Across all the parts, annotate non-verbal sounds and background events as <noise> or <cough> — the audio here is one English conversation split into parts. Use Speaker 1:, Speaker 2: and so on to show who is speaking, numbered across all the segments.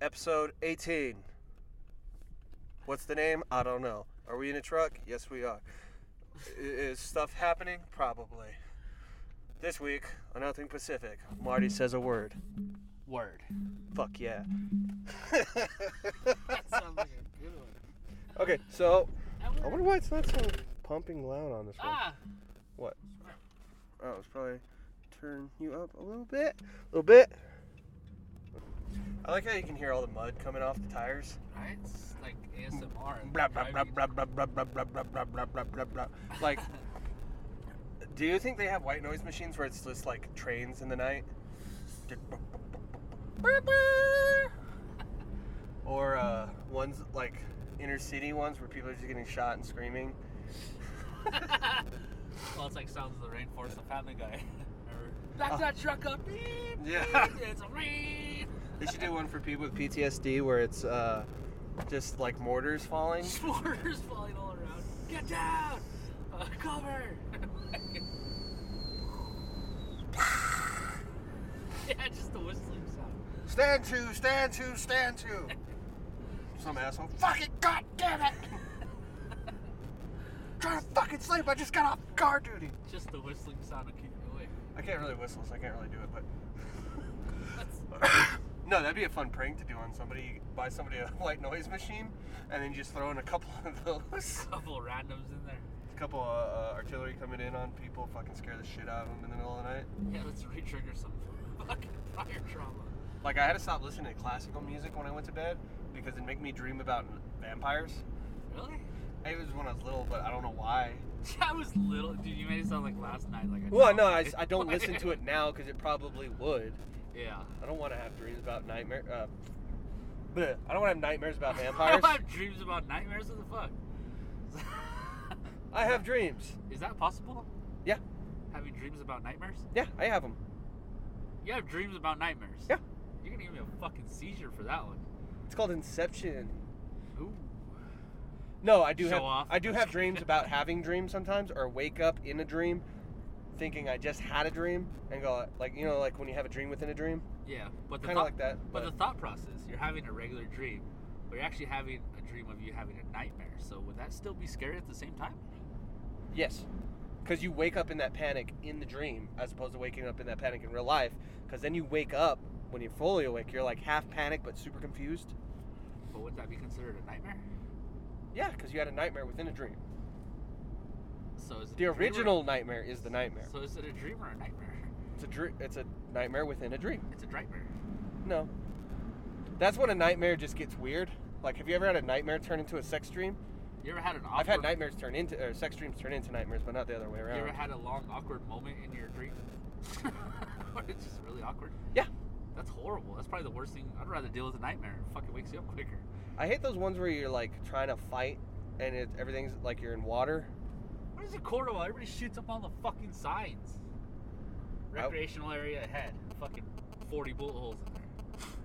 Speaker 1: episode 18. What's the name? I don't know. Are we in a truck? Yes, we are. I- Is stuff happening? Probably. This week on Nothing Pacific, Marty says a word.
Speaker 2: Word.
Speaker 1: Fuck yeah.
Speaker 2: <laughs>
Speaker 1: <laughs>
Speaker 2: That sounds like a good one.
Speaker 1: okay, so
Speaker 2: That
Speaker 1: I
Speaker 2: word-
Speaker 1: wonder why it's not so pumping loud on this one.
Speaker 2: Ah,
Speaker 1: Oh, it's probably turn you up a little bit. A little bit. I like how you can hear all the mud coming off the tires.
Speaker 2: right? It's like ASMR. and
Speaker 1: Blah, blah, blah,
Speaker 2: driving. <laughs>
Speaker 1: blah, blah, blah, blah, blah, blah, blah, blah, blah, blah. <laughs> Like, do you think they have white noise machines where it's just like trains in the night? Or uh, ones like inner city ones where people are just getting shot and screaming.
Speaker 2: well, it's like Sounds of the Rainforest, the Family Guy. <laughs> Remember? Back that truck up. Beep,
Speaker 1: Yeah.
Speaker 2: beep, It's a rain.
Speaker 1: <laughs> They should do one for people with PTSD where it's uh, just like mortars falling.
Speaker 2: Spores falling all around. Get down. Uh, cover. <laughs> yeah, just the whistling sound.
Speaker 1: Stand to, stand to, stand to. Some asshole. Fucking god damn <laughs> it! Trying to fucking sleep. I just got off guard duty.
Speaker 2: Just the whistling sound to keep you awake.
Speaker 1: I can't really whistle, so I can't really do it. But
Speaker 2: That's
Speaker 1: no, that'd be a fun prank to do on somebody. You buy somebody a <laughs> white noise machine, and then you just throw in a couple <laughs> of those.
Speaker 2: a couple randoms in there.
Speaker 1: A couple of uh, artillery coming in on people, fucking scare the shit out of them in the middle of the night.
Speaker 2: Yeah, let's re-trigger some <laughs> fucking prior trauma.
Speaker 1: Like I had to stop listening to classical music when I went to bed because it made me dream about vampires.
Speaker 2: Really? <laughs>
Speaker 1: It was when I was little, but I don't know why.
Speaker 2: I was little, dude. You made it sound like last night. Like I
Speaker 1: Well, no, I,
Speaker 2: tried.
Speaker 1: I don't listen to it now because it probably would.
Speaker 2: <laughs> Yeah.
Speaker 1: I don't want to have dreams about nightmare. Uh, bleh. I don't want to have nightmares about vampires.
Speaker 2: <laughs> I have dreams about nightmares. What the fuck?
Speaker 1: I have dreams.
Speaker 2: <laughs> Is that possible?
Speaker 1: Yeah.
Speaker 2: Having dreams about nightmares?
Speaker 1: Yeah, I have them.
Speaker 2: You have dreams about nightmares.
Speaker 1: Yeah.
Speaker 2: You're gonna give me a fucking seizure for that one.
Speaker 1: It's called Inception.
Speaker 2: Ooh.
Speaker 1: No, I do
Speaker 2: Show
Speaker 1: have.
Speaker 2: off.
Speaker 1: I do have dreams about having dreams sometimes, or wake up in a dream, thinking I just had a dream, and go like you know like when you have a dream within a dream,
Speaker 2: Yeah, but the
Speaker 1: kind of
Speaker 2: thought,
Speaker 1: like that.
Speaker 2: but the thought process. You're having a regular dream, but you're actually having a dream of you having a nightmare. So would that still be scary at the same time?
Speaker 1: Yes. Because you wake up in that panic in the dream as opposed to waking up in that panic in real life. Because then you wake up when you're fully awake, you're like half panicked but super confused.
Speaker 2: But would that be considered a nightmare?
Speaker 1: Yeah, because you had a nightmare within a dream.
Speaker 2: So is it
Speaker 1: The
Speaker 2: a dream or-
Speaker 1: original nightmare is the nightmare.
Speaker 2: So is it a dream or a nightmare?
Speaker 1: It's a dr- It's a nightmare within a dream.
Speaker 2: It's a nightmare.
Speaker 1: No. That's when a nightmare just gets weird. Like, have you ever had a nightmare turn into a sex dream?
Speaker 2: You ever had an awkward,
Speaker 1: I've had nightmares turn into, or sex dreams turn into nightmares, but not the other way
Speaker 2: You ever
Speaker 1: around.
Speaker 2: had a long awkward moment in your dream? <laughs> Where it's just really awkward.
Speaker 1: Yeah.
Speaker 2: That's horrible. That's probably the worst thing. I'd rather deal with a nightmare. It fucking wakes you up quicker.
Speaker 1: I hate those ones where you're like trying to fight and it, everything's like you're in water.
Speaker 2: What is a Cordova? Everybody shoots up all the fucking signs. Recreational area ahead. Fucking 40 bullet holes in there.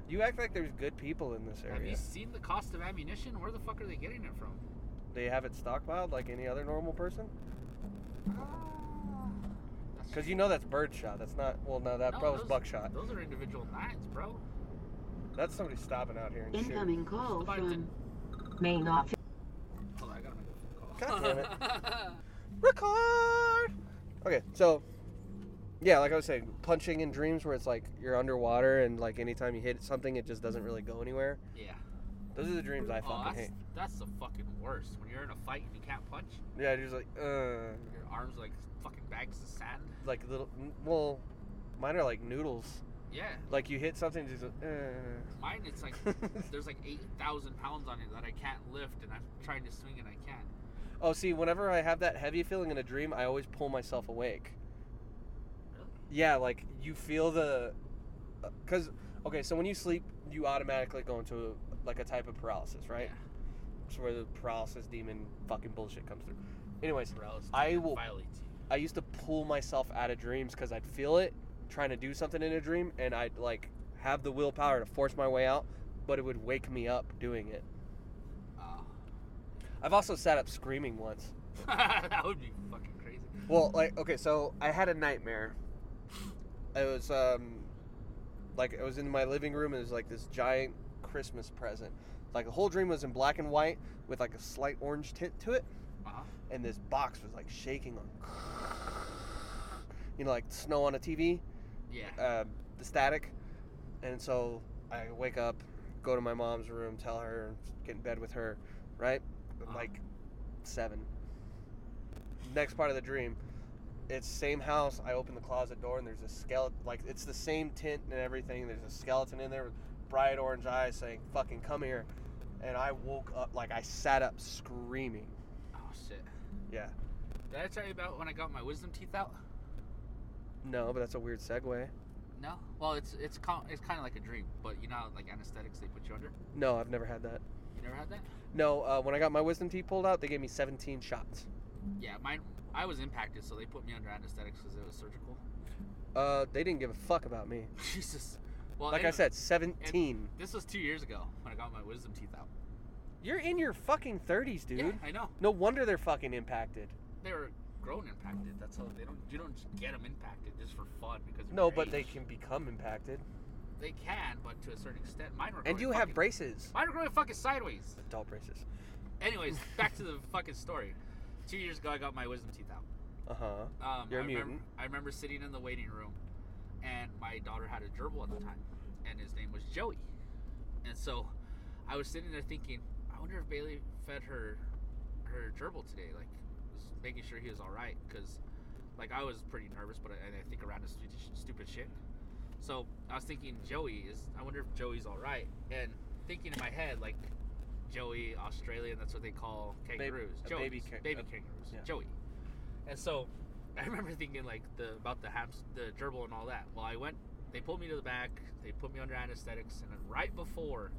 Speaker 1: You act like there's good people in this
Speaker 2: Have
Speaker 1: area.
Speaker 2: you seen the cost of ammunition? Where the fuck are they getting it from?
Speaker 1: They have it stockpiled like any other normal person?
Speaker 2: That's
Speaker 1: Because you know that's birdshot. That's not, well, no, that
Speaker 2: No,
Speaker 1: probably was
Speaker 2: those-
Speaker 1: buckshot.
Speaker 2: Those are individual nines, bro.
Speaker 1: That's somebody stopping out here and shooting.
Speaker 3: Incoming call
Speaker 2: Bye,
Speaker 3: from main office.
Speaker 2: Hold on, I gotta make a phone call.
Speaker 1: God damn it. Record! Okay, so, yeah, like I was saying, punching in dreams where it's like you're underwater and like anytime you hit something, it just doesn't really go anywhere.
Speaker 2: <laughs> yeah.
Speaker 1: Those are the dreams I
Speaker 2: Oh,
Speaker 1: fucking
Speaker 2: that's,
Speaker 1: hate.
Speaker 2: that's the fucking worst. When you're in a fight and you can't punch,
Speaker 1: Yeah, just like, uh,
Speaker 2: your arms like fucking bags of sand.
Speaker 1: like little, well, mine are like noodles.
Speaker 2: Yeah.
Speaker 1: Like you hit something, just, uh.
Speaker 2: Mine, it's
Speaker 1: <laughs>
Speaker 2: like there's like 8,000 pounds on it that I can't lift, and I'm trying to swing and I can't.
Speaker 1: Oh, see, whenever I have that heavy feeling in a dream, I always pull myself awake.
Speaker 2: Really?
Speaker 1: Yeah, like you feel the, because okay, so when you sleep, you automatically go into like a type of paralysis, right? So where the paralysis demon fucking bullshit comes through. Anyways,
Speaker 2: Yeah. Paralysis
Speaker 1: I
Speaker 2: that
Speaker 1: will-
Speaker 2: violates you.
Speaker 1: I used to pull myself out of dreams because I'd feel it trying to do something in a dream, and I'd like have the willpower to force my way out, but it would wake me up doing it. <laughs>
Speaker 2: Oh.
Speaker 1: I've also sat up screaming once.
Speaker 2: <laughs> that would be fucking crazy.
Speaker 1: Well, like okay, so I had a nightmare. It was um, like I was in my living room and there's like this giant Christmas present. Like the whole dream was in black and white with like a slight orange tint to it,
Speaker 2: Uh-huh.
Speaker 1: and this box was like shaking on, <laughs> you know, like snow on a TV,
Speaker 2: Yeah.
Speaker 1: uh, the static. And so I wake up, go to my mom's room, tell her, get in bed with her, right?
Speaker 2: Uh-huh.
Speaker 1: Like seven. Next part of the dream, it's same house. I open the closet door and there's a skeleton. Like it's the same tint and everything. There's a skeleton in there with bright orange eyes saying, "Fucking come here." And I woke up like I sat up screaming.
Speaker 2: oh shit.
Speaker 1: Yeah.
Speaker 2: Did I tell you about when I got my wisdom teeth out?
Speaker 1: No, but that's a weird segue.
Speaker 2: No. Well, it's it's com- it's kind of like a dream, but you know, how, like anesthetics, they put you under.
Speaker 1: No, I've never had that.
Speaker 2: You never had that?
Speaker 1: No, uh, when I got my wisdom teeth pulled out, they gave me 17 shots.
Speaker 2: Yeah, mine. I was impacted, so they put me under anesthetics because it was surgical. <laughs>
Speaker 1: Uh, they didn't give a fuck about me.
Speaker 2: Jesus. Well,
Speaker 1: Like I
Speaker 2: anyway,
Speaker 1: said, 17.
Speaker 2: this was two years ago when I got my wisdom teeth out.
Speaker 1: You're in your fucking 30s, dude.
Speaker 2: Yeah, I know.
Speaker 1: No wonder they're fucking impacted.
Speaker 2: They were grown impacted. That's how they don't. You don't just get them impacted just for fun because. Of
Speaker 1: No,
Speaker 2: your
Speaker 1: but they
Speaker 2: age.
Speaker 1: can become impacted.
Speaker 2: They can, but to a certain extent, mine were.
Speaker 1: And
Speaker 2: growing
Speaker 1: you have
Speaker 2: fucking-
Speaker 1: braces.
Speaker 2: Mine were growing fucking sideways.
Speaker 1: Adult braces.
Speaker 2: Anyways, back to the fucking story. Two years ago, I got my wisdom teeth out.
Speaker 1: Uh huh.
Speaker 2: Um,
Speaker 1: You're
Speaker 2: I
Speaker 1: a
Speaker 2: remember,
Speaker 1: mutant.
Speaker 2: I remember sitting in the waiting room, and my daughter had a gerbil at the time, and his name was Joey. And so, I was sitting there thinking, I wonder if Bailey fed her her gerbil today, like was making sure he was all right, because like I was pretty nervous, but I, and I think around his stupid, stupid shit. So I was thinking, Joey is. I wonder if Joey's all right, and thinking in my head like. Joey, Australian, that's what they call kangaroos.
Speaker 1: a
Speaker 2: Joeys,
Speaker 1: baby kang-
Speaker 2: baby
Speaker 1: a-
Speaker 2: kangaroos.
Speaker 1: yeah.
Speaker 2: Joey. And so I remember thinking like the about the haps, the gerbil and all that. Well, I went. They pulled me to the back. They put me under anesthetics, and then right before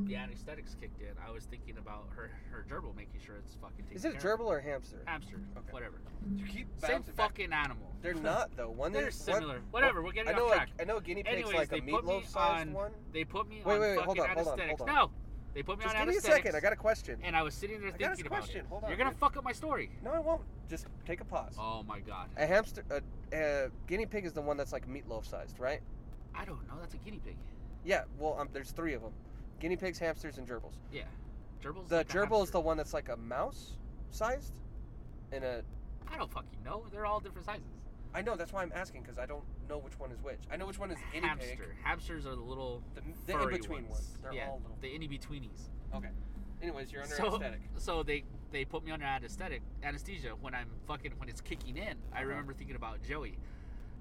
Speaker 2: the anesthetics kicked in, I was thinking about her her gerbil, making sure it's fucking. Taken
Speaker 1: Is it a
Speaker 2: care of.
Speaker 1: gerbil or a hamster?
Speaker 2: Hamster,
Speaker 1: Okay.
Speaker 2: whatever.
Speaker 1: You keep
Speaker 2: Same fucking animal.
Speaker 1: They're not though. One
Speaker 2: They're
Speaker 1: is-
Speaker 2: similar.
Speaker 1: One,
Speaker 2: Whatever. We're
Speaker 1: I
Speaker 2: getting
Speaker 1: know.
Speaker 2: off track.
Speaker 1: Like, I know. Guinea pigs
Speaker 2: Anyways,
Speaker 1: like a
Speaker 2: they put me
Speaker 1: meatloaf sized
Speaker 2: on-
Speaker 1: one.
Speaker 2: They put me
Speaker 1: Wait, wait,
Speaker 2: on
Speaker 1: wait,
Speaker 2: fucking
Speaker 1: hold on, hold on,
Speaker 2: anesthetics.
Speaker 1: hold on.
Speaker 2: No, they put me
Speaker 1: Just
Speaker 2: on
Speaker 1: give me a
Speaker 2: anesthetics.
Speaker 1: second. I got a question.
Speaker 2: And I was sitting there
Speaker 1: I got his
Speaker 2: thinking about
Speaker 1: question.
Speaker 2: it.
Speaker 1: Hold on,
Speaker 2: You're gonna
Speaker 1: dude.
Speaker 2: fuck up my story.
Speaker 1: No, I won't. Just take a pause.
Speaker 2: Oh my god.
Speaker 1: A hamster, a, a guinea pig is the one that's like meatloaf sized, right?
Speaker 2: I don't know. That's a guinea pig.
Speaker 1: Yeah. Well, um, there's three of them: guinea pigs, hamsters, and gerbils.
Speaker 2: Yeah. Gerbil's
Speaker 1: The
Speaker 2: like a
Speaker 1: gerbil is
Speaker 2: hamster.
Speaker 1: the one that's like a mouse sized, and a.
Speaker 2: I don't fucking know. They're all different sizes.
Speaker 1: I know that's why I'm asking because I don't know which one is which. I know which one is a guinea
Speaker 2: Hamster.
Speaker 1: pig.
Speaker 2: Hamsters are the little
Speaker 1: The, the in
Speaker 2: furry
Speaker 1: between ones. They're
Speaker 2: yeah,
Speaker 1: all little.
Speaker 2: the in betweenies.
Speaker 1: Okay. Anyways, you're under
Speaker 2: So,
Speaker 1: aesthetic.
Speaker 2: so they they put me under anesthetic anesthesia when I'm fucking when it's kicking in.
Speaker 1: Uh-huh.
Speaker 2: I remember thinking about Joey,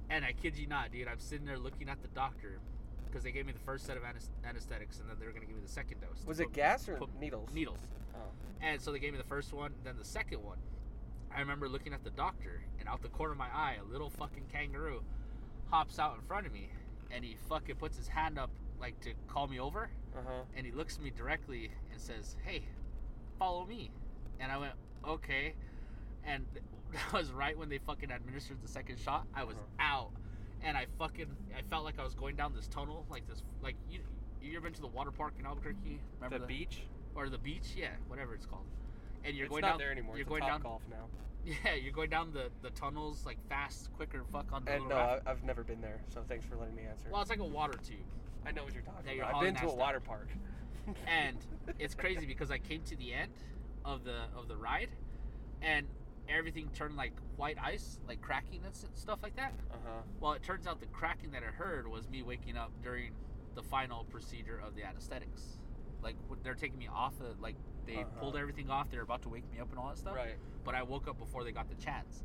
Speaker 2: and I kid you not, dude. I'm sitting there looking at the doctor because they gave me the first set of anes- anesthetics and then they were gonna give me the second dose. to
Speaker 1: Was
Speaker 2: put-
Speaker 1: it gas or
Speaker 2: put-
Speaker 1: needles?
Speaker 2: Needles.
Speaker 1: Oh.
Speaker 2: And so they gave me the first one, then the second one. I remember looking at the doctor, and out the corner of my eye, a little fucking kangaroo hops out in front of me, and he fucking puts his hand up, like to call me over,
Speaker 1: Uh huh.
Speaker 2: and he looks at me directly and says, Hey, follow me. And I went, Okay. And <laughs> that was right when they fucking administered the second shot. I was
Speaker 1: Uh-huh.
Speaker 2: out, and I fucking I felt like I was going down this tunnel, like this, like you. You ever been to the water park in Albuquerque? Remember the-
Speaker 1: beach.
Speaker 2: or the beach, yeah, whatever it's called. And you're
Speaker 1: it's
Speaker 2: going
Speaker 1: not
Speaker 2: down
Speaker 1: there anymore.
Speaker 2: You're
Speaker 1: it's
Speaker 2: going
Speaker 1: a
Speaker 2: down,
Speaker 1: golf now.
Speaker 2: <laughs> yeah, you're going down the, the tunnels like fast, quicker, fuck on the
Speaker 1: And uh,
Speaker 2: little
Speaker 1: no,
Speaker 2: raft.
Speaker 1: I, I've never been there, so thanks for letting me answer.
Speaker 2: Well, it's like a water tube,
Speaker 1: I know what you're talking
Speaker 2: Yeah, you're
Speaker 1: about. I've been
Speaker 2: hauling
Speaker 1: to a
Speaker 2: ass
Speaker 1: water park.
Speaker 2: <laughs> and it's crazy because I came to the end of the of the ride, and everything turned like white ice, like cracking and s- stuff like that.
Speaker 1: Uh huh.
Speaker 2: Well, it turns out the cracking that I heard was me waking up during the final procedure of the anesthetics. Like when they're taking me off, the, like they
Speaker 1: Uh-huh.
Speaker 2: pulled everything off. They're about to wake me up and all that stuff.
Speaker 1: Right.
Speaker 2: but I woke up before they got the chance.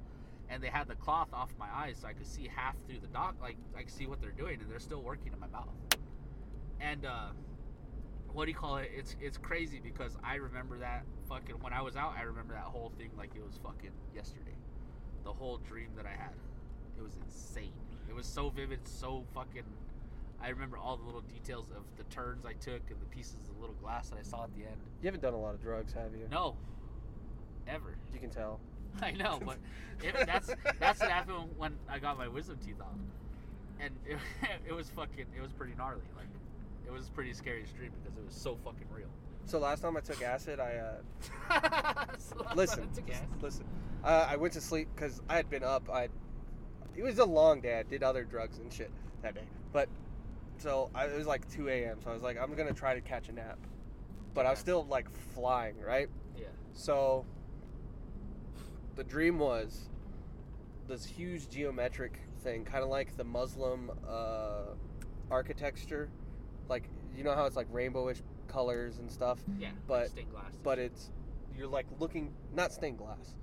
Speaker 2: And they had the cloth off my eyes so I could see half through the dock, like I could see what they're doing, and they're still working in my mouth. And uh, what do you call it? It's it's crazy because I remember that fucking when I was out, I remember that whole thing like it was fucking yesterday. The whole dream that I had, it was insane. It was so vivid, so fucking. I remember all the little details of the turns I took and the pieces of little glass that I saw at the end.
Speaker 1: You haven't done a lot of drugs, have you?
Speaker 2: No, ever.
Speaker 1: You can tell.
Speaker 2: <laughs> I know, but it, that's that's what happened when I got my wisdom teeth out, and it, <laughs> it was fucking it was pretty gnarly. Like it was a pretty scary stream because it was so fucking real. <laughs>
Speaker 1: So last time I took acid, I uh,
Speaker 2: So <laughs> that's
Speaker 1: listen,
Speaker 2: not to guess.
Speaker 1: just listen. Uh, I went to sleep because I had been up. I it was a long day. I did other drugs and shit that day, but so I, it was like 2 a.m. So I was like, I'm gonna try to catch a nap, but I was
Speaker 2: Yeah.
Speaker 1: still like flying, right?
Speaker 2: Yeah.
Speaker 1: So the dream was this huge geometric thing, kind of like the Muslim uh, architecture, like you know how it's like rainbowish colors and stuff,
Speaker 2: Yeah.
Speaker 1: But-
Speaker 2: stained glass.
Speaker 1: but it's you're like looking not stained glass.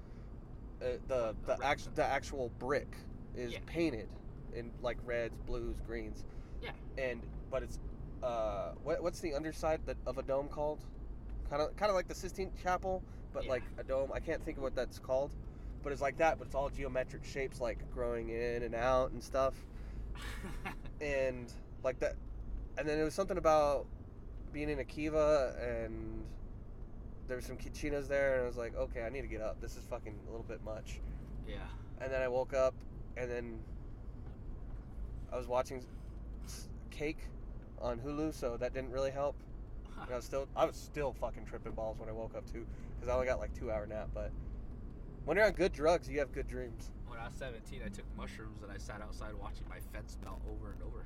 Speaker 1: Uh, the
Speaker 2: Like the
Speaker 1: the
Speaker 2: brick.
Speaker 1: actual the actual brick is
Speaker 2: Yeah.
Speaker 1: painted in like reds, blues, greens.
Speaker 2: Yeah.
Speaker 1: And but it's uh what, what's the underside that, of a dome called? Kind of kind of like the Sistine Chapel, but
Speaker 2: Yeah.
Speaker 1: like a dome. I can't think of what that's called, but it's like that. But it's all geometric shapes, like growing in and out and stuff and like that and then it was something about being in Akiva and there were some kitchinas there and I was like, okay, I need to get up. This is fucking a little bit much.
Speaker 2: <laughs> yeah.
Speaker 1: And then I woke up and then I was watching s- Cake on Hulu, so that didn't really help. And I was still I was still fucking tripping balls when I woke up too cuz I only got like 2 hour nap, but when you're on good drugs, you have good dreams.
Speaker 2: <laughs> When I was 17, I took mushrooms and I sat outside watching my fence melt over and over.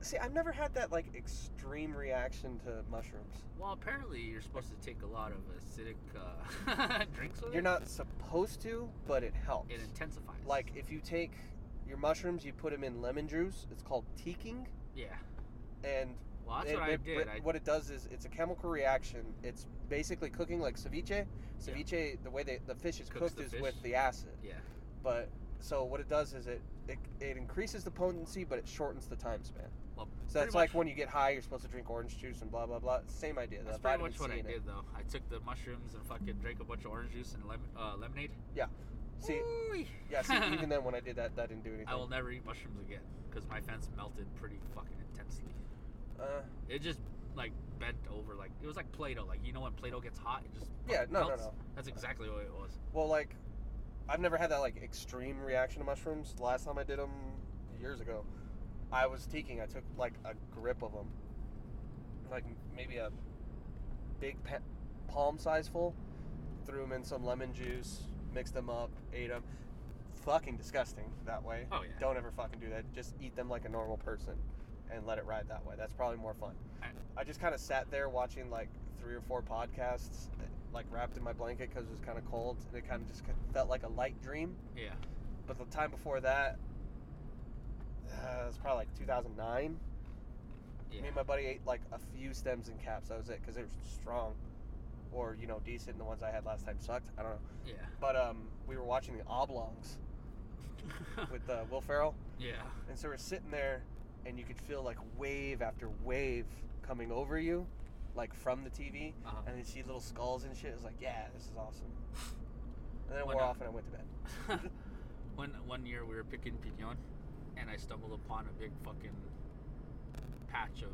Speaker 1: See, I've never had that like extreme reaction to mushrooms.
Speaker 2: Well, apparently you're supposed to take a lot of acidic uh, <laughs> drinks with
Speaker 1: You're
Speaker 2: it.
Speaker 1: not supposed to, but it helps.
Speaker 2: It intensifies.
Speaker 1: like if you take your mushrooms, you put them in lemon juice. It's called teaking,
Speaker 2: Yeah.
Speaker 1: and
Speaker 2: Well, that's
Speaker 1: it-
Speaker 2: what I
Speaker 1: it-
Speaker 2: did.
Speaker 1: it-
Speaker 2: I,
Speaker 1: what it does is it's a chemical reaction. It's basically cooking like ceviche. Ceviche, the way they, the fish is
Speaker 2: Cooks
Speaker 1: cooked
Speaker 2: the
Speaker 1: is
Speaker 2: fish.
Speaker 1: with the acid.
Speaker 2: yeah.
Speaker 1: But so what it does is it, it it increases the potency, but it shortens the time span.
Speaker 2: Well,
Speaker 1: So
Speaker 2: pretty
Speaker 1: that's like
Speaker 2: much-
Speaker 1: when you get high, you're supposed to drink orange juice and blah blah blah. Same idea.
Speaker 2: That's
Speaker 1: the
Speaker 2: pretty
Speaker 1: vitamin
Speaker 2: much what
Speaker 1: C
Speaker 2: I
Speaker 1: in it.
Speaker 2: did though. I took the mushrooms and fucking drank a bunch of orange juice and lemon, uh, lemonade.
Speaker 1: Yeah. See,
Speaker 2: Ooh-wee.
Speaker 1: yeah. See,
Speaker 2: <laughs>
Speaker 1: even then when I did that, that didn't do anything.
Speaker 2: I will never eat mushrooms again because my fence melted pretty fucking intensely.
Speaker 1: uh,
Speaker 2: It just like bent over like it was like Play-Doh. Like you know when Play-Doh gets hot, it just
Speaker 1: yeah.
Speaker 2: fucking
Speaker 1: No, no,
Speaker 2: melts?
Speaker 1: no.
Speaker 2: That's exactly what it was.
Speaker 1: Well, like, I've never had that like extreme reaction to mushrooms. The last time I did them years ago, I was teaking. I took like a grip of them, like maybe a big pa- palm size full. Threw them in some lemon juice, mixed them up, ate them. Fucking disgusting that way.
Speaker 2: Oh yeah.
Speaker 1: Don't ever fucking do that. Just eat them like a normal person and let it ride that way. That's probably more fun.
Speaker 2: I-
Speaker 1: I, just kind of sat there watching like three or four podcasts, like wrapped in my blanket because it was kind of cold and it kind of just ki- felt like a light dream.
Speaker 2: Yeah.
Speaker 1: But the time before that, uh, it was probably like 2009.
Speaker 2: Yeah.
Speaker 1: Me and my buddy ate like a few stems and caps. That was it because they were strong or, you know, decent. And the ones I had last time sucked. I don't know.
Speaker 2: yeah.
Speaker 1: But um, we were watching the oblongs <laughs> with uh, Will Ferrell.
Speaker 2: <laughs> yeah. <laughs>
Speaker 1: And so we're sitting there, and you could feel like wave after wave coming over you, like from the TV,
Speaker 2: Uh-huh.
Speaker 1: and you see little skulls and shit. It's like, yeah, this is awesome. And then it
Speaker 2: Why
Speaker 1: wore
Speaker 2: not?
Speaker 1: off, and I went to bed.
Speaker 2: one one year we were picking pinon, and I stumbled upon a big fucking patch of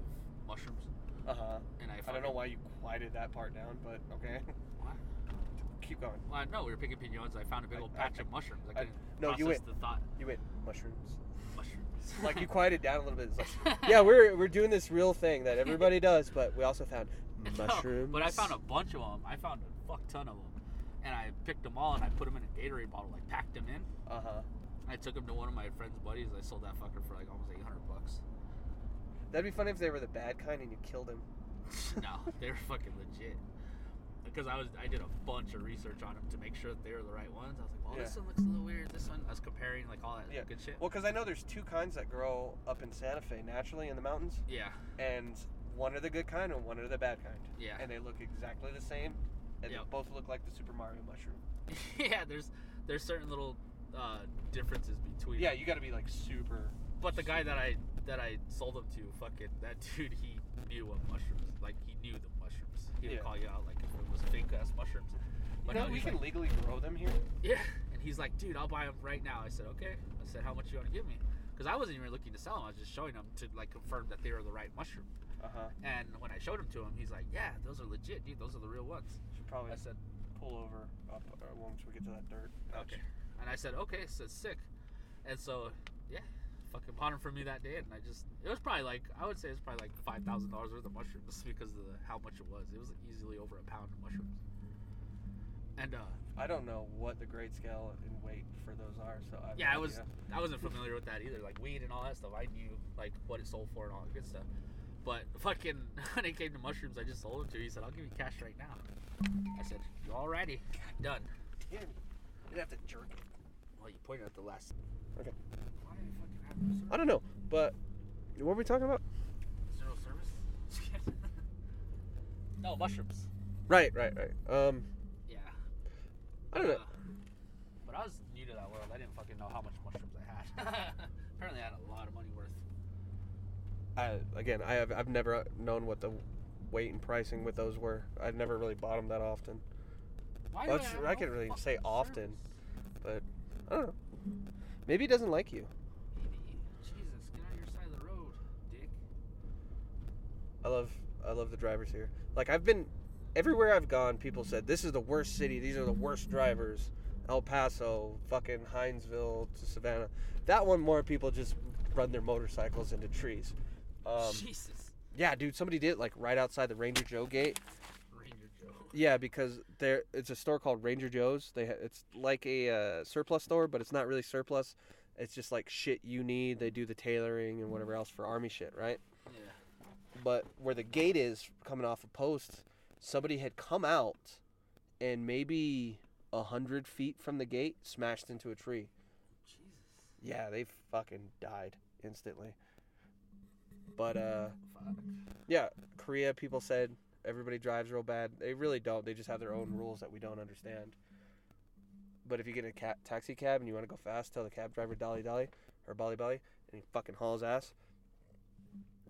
Speaker 2: mushrooms,
Speaker 1: Uh huh.
Speaker 2: and I.
Speaker 1: I
Speaker 2: fucking-
Speaker 1: don't know why you quieted that part down, but okay.
Speaker 2: What?
Speaker 1: Keep going.
Speaker 2: Well, no, we were picking pinons. I found a big
Speaker 1: I-
Speaker 2: old
Speaker 1: I-
Speaker 2: patch
Speaker 1: I-
Speaker 2: of mushrooms. I
Speaker 1: I-
Speaker 2: couldn't
Speaker 1: no, you
Speaker 2: process the thought
Speaker 1: You went <laughs> mushrooms.
Speaker 2: mushrooms. <laughs>
Speaker 1: Like you <laughs> quieted down a little bit. It's like, <laughs> yeah, we're we're doing this real thing that everybody does, but we also <laughs> found
Speaker 2: No,
Speaker 1: mushrooms.
Speaker 2: but I found a bunch of them. I found a fuck ton of them, and I picked them all and I put them in a Gatorade bottle. I packed them in.
Speaker 1: Uh huh.
Speaker 2: I took them to one of my friend's buddies. I sold that fucker for like almost eight hundred
Speaker 1: <laughs>
Speaker 2: bucks.
Speaker 1: That'd be funny if they were the bad kind and you killed him.
Speaker 2: no, they were fucking legit. Because I was, I did a bunch of research on them to make sure that they were the right ones. I was like, well, this
Speaker 1: Yeah.
Speaker 2: one looks a little weird. This one, I was comparing like all that
Speaker 1: Yeah.
Speaker 2: good shit.
Speaker 1: Well, because I know there's two kinds that grow up in Santa Fe naturally in the mountains.
Speaker 2: yeah, <laughs>
Speaker 1: and one are the good kind and one are the bad kind.
Speaker 2: yeah,
Speaker 1: And they look exactly the same, and they
Speaker 2: Yep.
Speaker 1: both look like the Super Mario mushroom.
Speaker 2: yeah. There's, there's certain little uh, differences between.
Speaker 1: Yeah,
Speaker 2: them.
Speaker 1: you got to be like super.
Speaker 2: But the guy that I that I sold them to, fucking that <laughs> dude, he knew what mushrooms. Like he knew the mushrooms. He would
Speaker 1: Yeah.
Speaker 2: call you out like if it was fake ass mushrooms.
Speaker 1: You
Speaker 2: But
Speaker 1: know,
Speaker 2: no,
Speaker 1: we
Speaker 2: he's
Speaker 1: can
Speaker 2: like,
Speaker 1: legally grow them here.
Speaker 2: <laughs> yeah. And he's like, dude, I'll buy them right now. I said, okay. I said, how much you want to give me? Because I wasn't even looking to sell them. I was just showing them to like confirm that they were the right mushroom.
Speaker 1: Uh huh.
Speaker 2: And when I showed them to him, he's like, yeah, those are legit, dude. Those are the real ones.
Speaker 1: Should probably
Speaker 2: I said,
Speaker 1: pull over up uh, once we get to that dirt. patch.
Speaker 2: okay. And I said, okay. So sick. And so, yeah, fucking bought them for me that day, and I just it was probably like I would say it's probably like five thousand <laughs> dollars worth of mushrooms because of the, how much it was. It was easily over a pound of mushrooms. And uh,
Speaker 1: I don't know what the grade scale and weight for those are, so I have
Speaker 2: yeah,
Speaker 1: no
Speaker 2: I was
Speaker 1: idea.
Speaker 2: I wasn't familiar with that either, like weed and all that stuff. I knew like what it sold for and all that good stuff. But fucking <laughs> when it came to mushrooms, I just sold it to. him. He said, "I'll give you cash right now." I said, "You alrighty? Done."
Speaker 1: Damn, you'd have to jerk it.
Speaker 2: Well, you pointed at the last.
Speaker 1: Okay.
Speaker 2: Why do you fucking have no service?
Speaker 1: I don't know, but what were we talking about?
Speaker 2: Zero service. <laughs> no mushrooms.
Speaker 1: Right, right, right. Um,
Speaker 2: Yeah.
Speaker 1: I don't know.
Speaker 2: Uh, But I was new to that world. I didn't fucking know how much mushrooms I had. <laughs> Apparently, I had a lot of money worth.
Speaker 1: I, again, I have I've never known what the weight and pricing with those were. I've never really bought them that often.
Speaker 2: Why
Speaker 1: Well,
Speaker 2: do
Speaker 1: that's-
Speaker 2: have
Speaker 1: I can't really
Speaker 2: fucking
Speaker 1: say often.
Speaker 2: service?
Speaker 1: I don't know. Maybe he doesn't like you.
Speaker 2: Maybe. Jesus, get out of your side of the road, dick.
Speaker 1: I love I love the drivers here. Like I've been everywhere I've gone, people said this is the worst city. These are the worst drivers. El Paso, fucking Hinesville to Savannah. That one more people just run their motorcycles into trees. Um,
Speaker 2: Jesus.
Speaker 1: yeah, dude, somebody did it like right outside the Ranger Joe gate.
Speaker 2: Ranger Joe. <laughs>
Speaker 1: Yeah, because there it's a store called Ranger Joe's. They ha- it's like a uh, surplus store, but it's not really surplus. It's just like shit you need. They do the tailoring and whatever else for army shit, right?
Speaker 2: Yeah.
Speaker 1: but where the gate is coming off a post, somebody had come out and maybe a hundred feet from the gate smashed into a tree.
Speaker 2: Jesus.
Speaker 1: Yeah, they fucking died instantly. But uh
Speaker 2: Fuck.
Speaker 1: yeah, Korea people said everybody drives real bad. They really don't. They just have their own rules that we don't understand. But if you get in a ca- taxi cab and you want to go fast, tell the cab driver dolly dolly or bolly bolly, and he fucking hauls ass.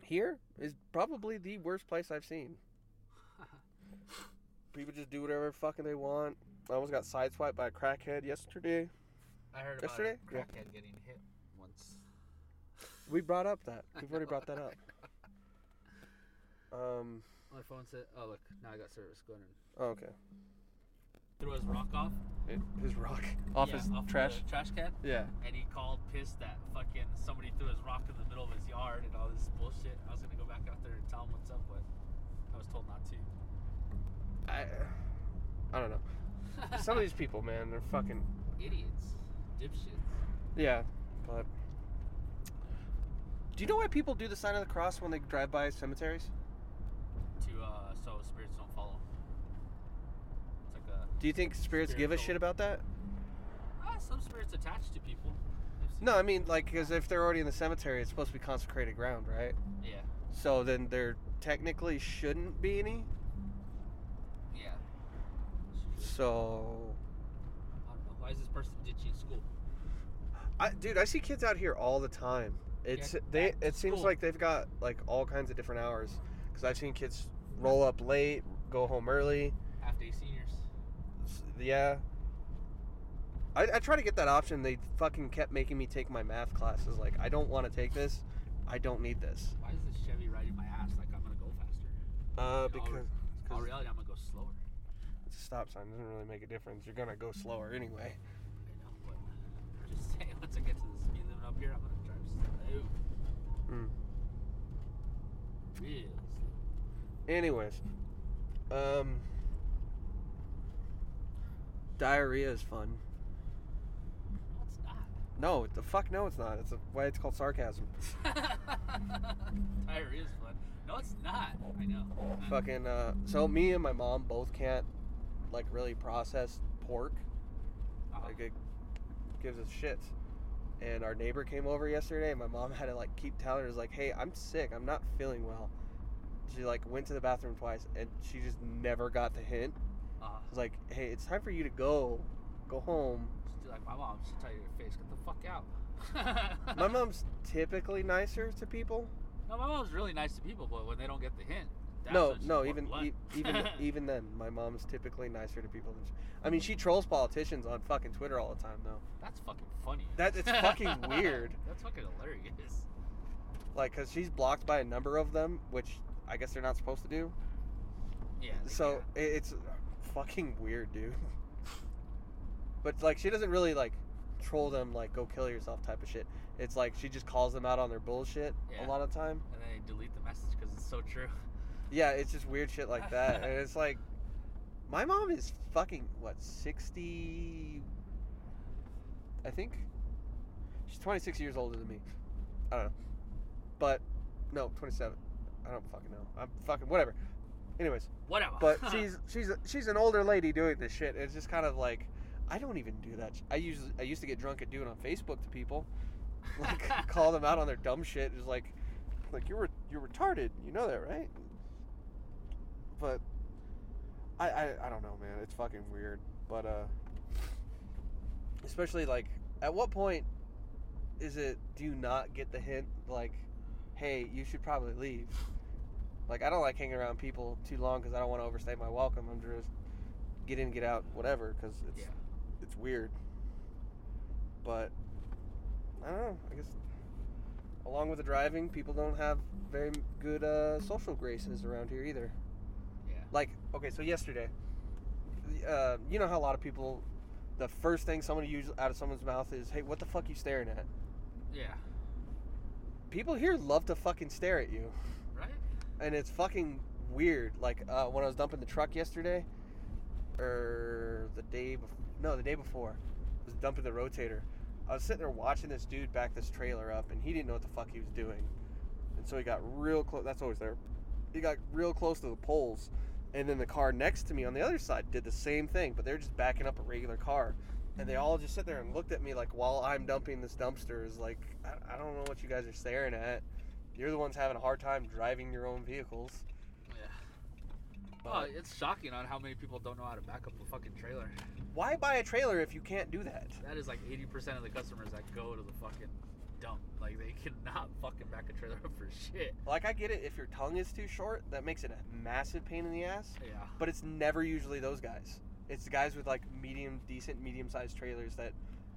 Speaker 1: Here is probably the worst place I've seen. People just do whatever fucking they want. I almost got sideswiped by a crackhead yesterday.
Speaker 2: I heard about
Speaker 1: Yesterday?
Speaker 2: a
Speaker 1: Yeah.
Speaker 2: crackhead getting hit once.
Speaker 1: We brought up that. We've already brought that up. Um.
Speaker 2: My phone said, "Oh look, now I got service." Go ahead and
Speaker 1: oh, okay.
Speaker 2: threw his rock off.
Speaker 1: It, his rock off
Speaker 2: Yeah,
Speaker 1: his
Speaker 2: off the
Speaker 1: trash.
Speaker 2: trash can.
Speaker 1: Yeah.
Speaker 2: And he called pissed that fucking somebody threw his rock in the middle of his yard and all this bullshit. I was gonna go back out there and tell him what's up, but I was told not to.
Speaker 1: I, I don't know. Some of these people, man, they're fucking.
Speaker 2: <laughs> Idiots, dipshits.
Speaker 1: Yeah, but. Do you know why people do the sign of the cross when they drive by cemeteries?
Speaker 2: To uh, so spirits don't follow. It's like a
Speaker 1: Do you think spirits give a
Speaker 2: Spiritual.
Speaker 1: shit about that?
Speaker 2: ah, some spirits attached to people. I've seen
Speaker 1: No, I
Speaker 2: that.
Speaker 1: mean, like, because if they're already in the cemetery, it's supposed to be consecrated ground, right?
Speaker 2: Yeah,
Speaker 1: So then there technically shouldn't be any.
Speaker 2: yeah.
Speaker 1: So.
Speaker 2: I don't know. Why is this person ditching school?
Speaker 1: I, dude, I see kids out here all the time. It's
Speaker 2: Yeah,
Speaker 1: they.
Speaker 2: back to
Speaker 1: It seems
Speaker 2: school.
Speaker 1: like they've got like all kinds of different hours. Because I've seen kids roll up late, go home early.
Speaker 2: Half day seniors.
Speaker 1: S- Yeah. I, I try to get that option. They fucking kept making me take my math classes. Like, I don't want to take this. I don't need this.
Speaker 2: Why is this Chevy riding my ass like I'm gonna go faster?
Speaker 1: Uh,
Speaker 2: oh, In all re-
Speaker 1: because
Speaker 2: In all
Speaker 1: 'cause
Speaker 2: reality, I'm gonna go slower.
Speaker 1: it's a stop sign doesn't really make a difference. You're gonna go slower anyway.
Speaker 2: I know, but I'm just saying, once I get to the speed limit up here, I'm gonna drive slow.
Speaker 1: Mm.
Speaker 2: Real
Speaker 1: Anyways, um, diarrhea is fun.
Speaker 2: slow. No, it's not.
Speaker 1: No, the fuck no, it's not. It's a, why it's called <laughs> sarcasm.
Speaker 2: Diarrhea is fun. No, it's not. I know.
Speaker 1: Fucking. Uh, so me and my mom both can't like really process pork.
Speaker 2: Uh,
Speaker 1: Like it gives us shits. And our neighbor came over yesterday, and my mom <laughs> had to like keep telling her, "Is like, hey, I'm sick. I'm not feeling well." She like went to the bathroom twice, and she just never got the hint.
Speaker 2: uh,
Speaker 1: It's like, hey, it's time for you to go, go home.
Speaker 2: just do like my mom. She'll tell you your face, get the fuck out. <laughs>
Speaker 1: My mom's typically nicer to people.
Speaker 2: No, my mom's really nice to people, but when they don't get the hint, that's
Speaker 1: no,
Speaker 2: when she's
Speaker 1: no,
Speaker 2: more
Speaker 1: even
Speaker 2: blunt.
Speaker 1: e-
Speaker 2: <laughs>
Speaker 1: even even then, my mom's typically nicer to people than. She, I mean, she trolls politicians on fucking Twitter all the time, though.
Speaker 2: that's fucking funny.
Speaker 1: That- it's
Speaker 2: <laughs>
Speaker 1: fucking weird.
Speaker 2: That's fucking hilarious.
Speaker 1: Like, cause she's blocked by a number of them, which I guess they're not supposed to do.
Speaker 2: Yeah. they
Speaker 1: So
Speaker 2: can't.
Speaker 1: i it's fucking weird, dude. But like, she doesn't really like troll them like "go kill yourself" type of shit. It's like she just calls them out on their bullshit a
Speaker 2: Yeah.
Speaker 1: lot of time.
Speaker 2: and then they delete the message because it's so true.
Speaker 1: Yeah, it's just weird shit like that, and it's like, My mom is fucking what sixty? I think she's twenty six years older than me. I don't know, but no, twenty seven. I don't fucking know. I'm fucking whatever. Anyways,
Speaker 2: Whatever.
Speaker 1: but
Speaker 2: <laughs>
Speaker 1: she's she's a, she's an older lady doing this shit. It's just kind of like I don't even do that. sh- I usually I used to get drunk and do it on Facebook to people, <laughs> like call them out on their dumb shit. It's like like you're re- you're retarded. You know that, right? But I, I I don't know, man. It's fucking weird. But uh, especially like at what point is it? Do you not get the hint? Like, hey, you should probably leave. Like I don't like hanging around people too long because I don't want to overstay my welcome. I'm just get in, get out, whatever. Because it's
Speaker 2: yeah.
Speaker 1: it's weird. But I don't know. I guess along with the driving, people don't have very good uh, social graces around here either.
Speaker 2: Yeah.
Speaker 1: Like okay, so yesterday, uh, you know how a lot of people, the first thing someone uses out of someone's mouth is, "Hey, what the fuck you staring at?"
Speaker 2: Yeah.
Speaker 1: People here love to fucking stare at you.
Speaker 2: Right.
Speaker 1: and it's fucking weird. Like uh, when I was dumping the truck yesterday, or the day, bef- no, the day before, I was dumping the rotator. I was sitting there watching this dude back this trailer up, and he didn't know what the fuck he was doing, and so he got real close. That's always there. He got real close to the poles, and then the car next to me on the other side did the same thing, but they're just backing up a regular car. And they all just sit there and looked at me like while I'm dumping this dumpster is like I, I don't know what you guys are staring at. You're the ones having a hard time driving your own vehicles.
Speaker 2: Yeah.
Speaker 1: But
Speaker 2: Well, it's shocking on how many people don't know how to back up a fucking trailer.
Speaker 1: why buy a trailer if you can't do that?
Speaker 2: That is like 80% of the customers that go to the fucking dump. Like, they <laughs> cannot fucking back a trailer <laughs> up for shit.
Speaker 1: Like I get it if your tongue is too short, that makes it a massive pain in the ass.
Speaker 2: Yeah.
Speaker 1: But it's never usually those guys. It's the guys with like medium, decent, medium-sized trailers that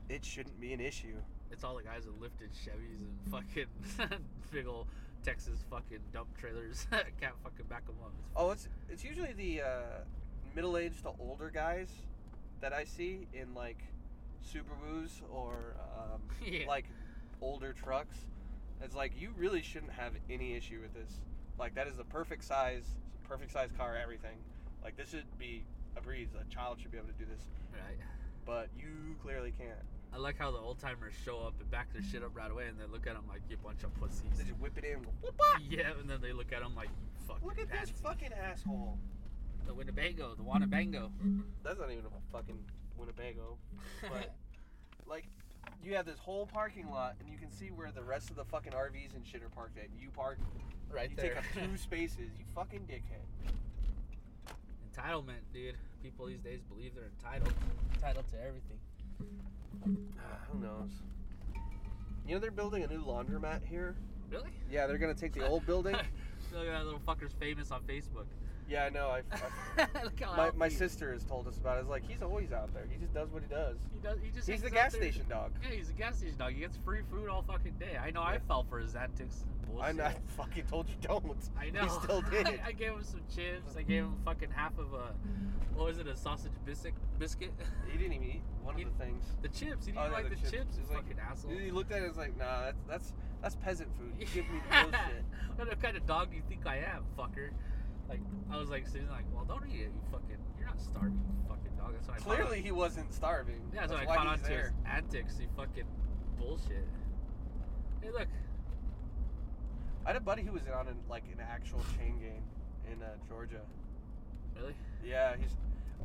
Speaker 1: it shouldn't be an issue.
Speaker 2: It's all the guys with lifted Chevys and fucking <laughs> big ol' Texas fucking dump trailers <laughs> that can't fucking back them up.
Speaker 1: Oh, it's it's usually the uh, middle-aged to older guys that I see in like Subarus or um,
Speaker 2: <laughs> Yeah.
Speaker 1: like older trucks. It's like you really shouldn't have any issue with this. Like that is the perfect size, perfect size car, everything. Like this should be a breeze. A child should be able to do this,
Speaker 2: Right?
Speaker 1: but you clearly can't.
Speaker 2: I like how the old timers show up and back their shit up right away and they look at them like, you bunch of
Speaker 1: They
Speaker 2: pussies.
Speaker 1: just whip it in. Whoop, ah!
Speaker 2: <laughs> Yeah, and then they look at them like, you fucking
Speaker 1: Look at this
Speaker 2: patsies."
Speaker 1: fucking asshole.
Speaker 2: The Winnebago, the Wanabango.
Speaker 1: That's not even a fucking Winnebago.
Speaker 2: <laughs>
Speaker 1: But like, you have this whole parking lot, and you can see where the rest of the fucking RVs and shit are parked at. You park.
Speaker 2: right
Speaker 1: you
Speaker 2: there.
Speaker 1: take up <laughs>
Speaker 2: <laughs>
Speaker 1: two spaces. You fucking dickhead.
Speaker 2: Entitlement, dude. People these days believe they're entitled. Entitled to everything.
Speaker 1: Ah, Who knows? You know they're building a new laundromat here.
Speaker 2: Really?
Speaker 1: Yeah, they're gonna take the old
Speaker 2: <laughs>
Speaker 1: building.
Speaker 2: Look at that little fucker's famous
Speaker 1: <laughs>
Speaker 2: on Facebook.
Speaker 1: Yeah, I know. I,
Speaker 2: <laughs>
Speaker 1: I-
Speaker 2: Look how
Speaker 1: my
Speaker 2: out
Speaker 1: my
Speaker 2: he-
Speaker 1: sister has told us about. it. It's like he's always out there. He just does what he does.
Speaker 2: He does. He just
Speaker 1: He's
Speaker 2: hangs
Speaker 1: the
Speaker 2: out
Speaker 1: gas
Speaker 2: there.
Speaker 1: station dog.
Speaker 2: Yeah, he's a gas station dog. He gets free food all fucking day. I know. I
Speaker 1: Yeah.
Speaker 2: fell for his antics. and Bullshit.
Speaker 1: I, kn- I fucking told you don't.
Speaker 2: I know.
Speaker 1: <laughs> He still did.
Speaker 2: <laughs> I, gave him some chips. I gave him fucking half of a, what was it, a sausage biscuit? Biscuit. <laughs>
Speaker 1: He didn't even eat one
Speaker 2: He-
Speaker 1: of the things.
Speaker 2: the chips. He
Speaker 1: Oh,
Speaker 2: didn't
Speaker 1: yeah,
Speaker 2: like
Speaker 1: the
Speaker 2: the
Speaker 1: chips.
Speaker 2: chips.
Speaker 1: He's like-
Speaker 2: fucking asshole.
Speaker 1: He looked at it and was like, nah, that's that's that's peasant food. You give me
Speaker 2: <laughs>
Speaker 1: the bullshit.
Speaker 2: what kind of dog do you think I am, fucker? Like I was like sitting like, well, don't eat it, you fucking. You're not starving, you fucking dog. That's what I caught
Speaker 1: Clearly, he wasn't starving.
Speaker 2: on- yeah, that's, what I
Speaker 1: why
Speaker 2: caught on
Speaker 1: he's
Speaker 2: to his
Speaker 1: there.
Speaker 2: antics. He fucking bullshit. Hey, look. <laughs>
Speaker 1: I had a buddy who was on an, like an actual chain gang in uh, Georgia.
Speaker 2: Really?
Speaker 1: Yeah, he's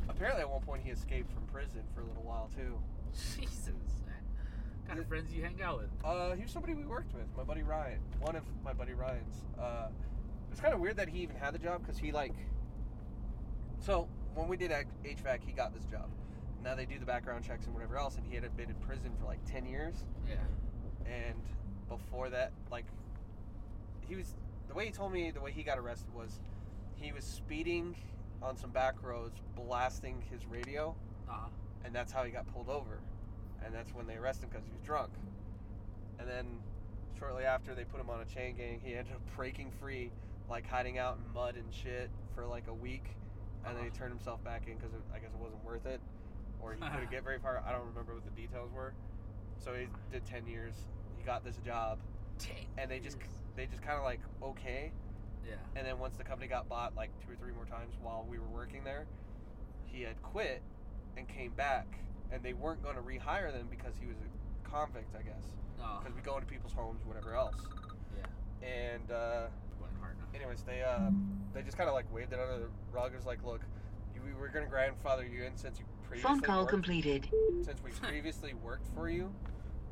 Speaker 1: apparently at one point he escaped from prison for a little while too.
Speaker 2: Jesus, man. What kind of
Speaker 1: Yeah.
Speaker 2: friends you hang out with?
Speaker 1: Uh, he was somebody we worked with, my buddy Ryan, one of my buddy Ryan's. Uh, it's kind of weird that he even had the job because he like. So when we did act- HVAC, he got this job. Now they do the background checks and whatever else, and he had been in prison for like ten years.
Speaker 2: Yeah.
Speaker 1: and before that, like he was the way he told me the way he got arrested was he was speeding on some back roads, blasting his radio,
Speaker 2: Uh-huh.
Speaker 1: and that's how he got pulled over, and that's when they arrested him because he was drunk, and then shortly after they put him on a chain gang. He ended up breaking free, like hiding out in mud and shit for like a week, and then he
Speaker 2: Uh-huh.
Speaker 1: turned himself back in because I guess it wasn't worth it, or he couldn't get very far. I don't remember what the details were. So he did ten years. He got this job, and they just they just kind of like okay.
Speaker 2: Yeah.
Speaker 1: And then once the company got bought like two or three more times while we were working there, he had quit and came back, and they weren't going to rehire them because he was a convict, I guess.
Speaker 2: Oh,
Speaker 1: Because we go into people's homes, whatever else.
Speaker 2: yeah.
Speaker 1: And uh,
Speaker 2: Went hard enough.
Speaker 1: anyways, they um, they just kind of like waved it under the rug. It was like, look, you, we were going to grandfather you in since you previously
Speaker 3: Phone call
Speaker 1: worked,
Speaker 3: completed.
Speaker 1: since we previously worked for you,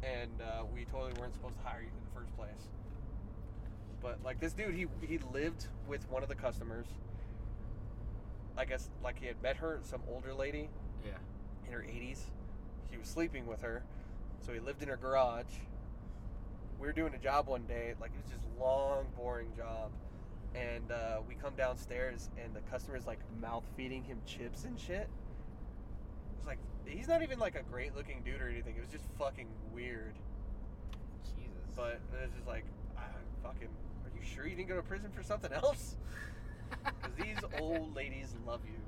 Speaker 1: and uh, we totally weren't supposed to hire you in the first place. But like this dude, he he lived with one of the customers. I guess like he had met her, some older lady
Speaker 2: Yeah.
Speaker 1: in her 80s. He was sleeping with her, so he lived in her garage. We were doing a job one day, like it was just long, boring job, and uh, we come downstairs and the customer's like mouth feeding him chips and shit. It's like he's not even like a great looking dude or anything. It was just fucking weird.
Speaker 2: Jesus.
Speaker 1: <laughs> But it was just like, I fucking, are you sure you didn't go to prison for something else? Because these old ladies love you.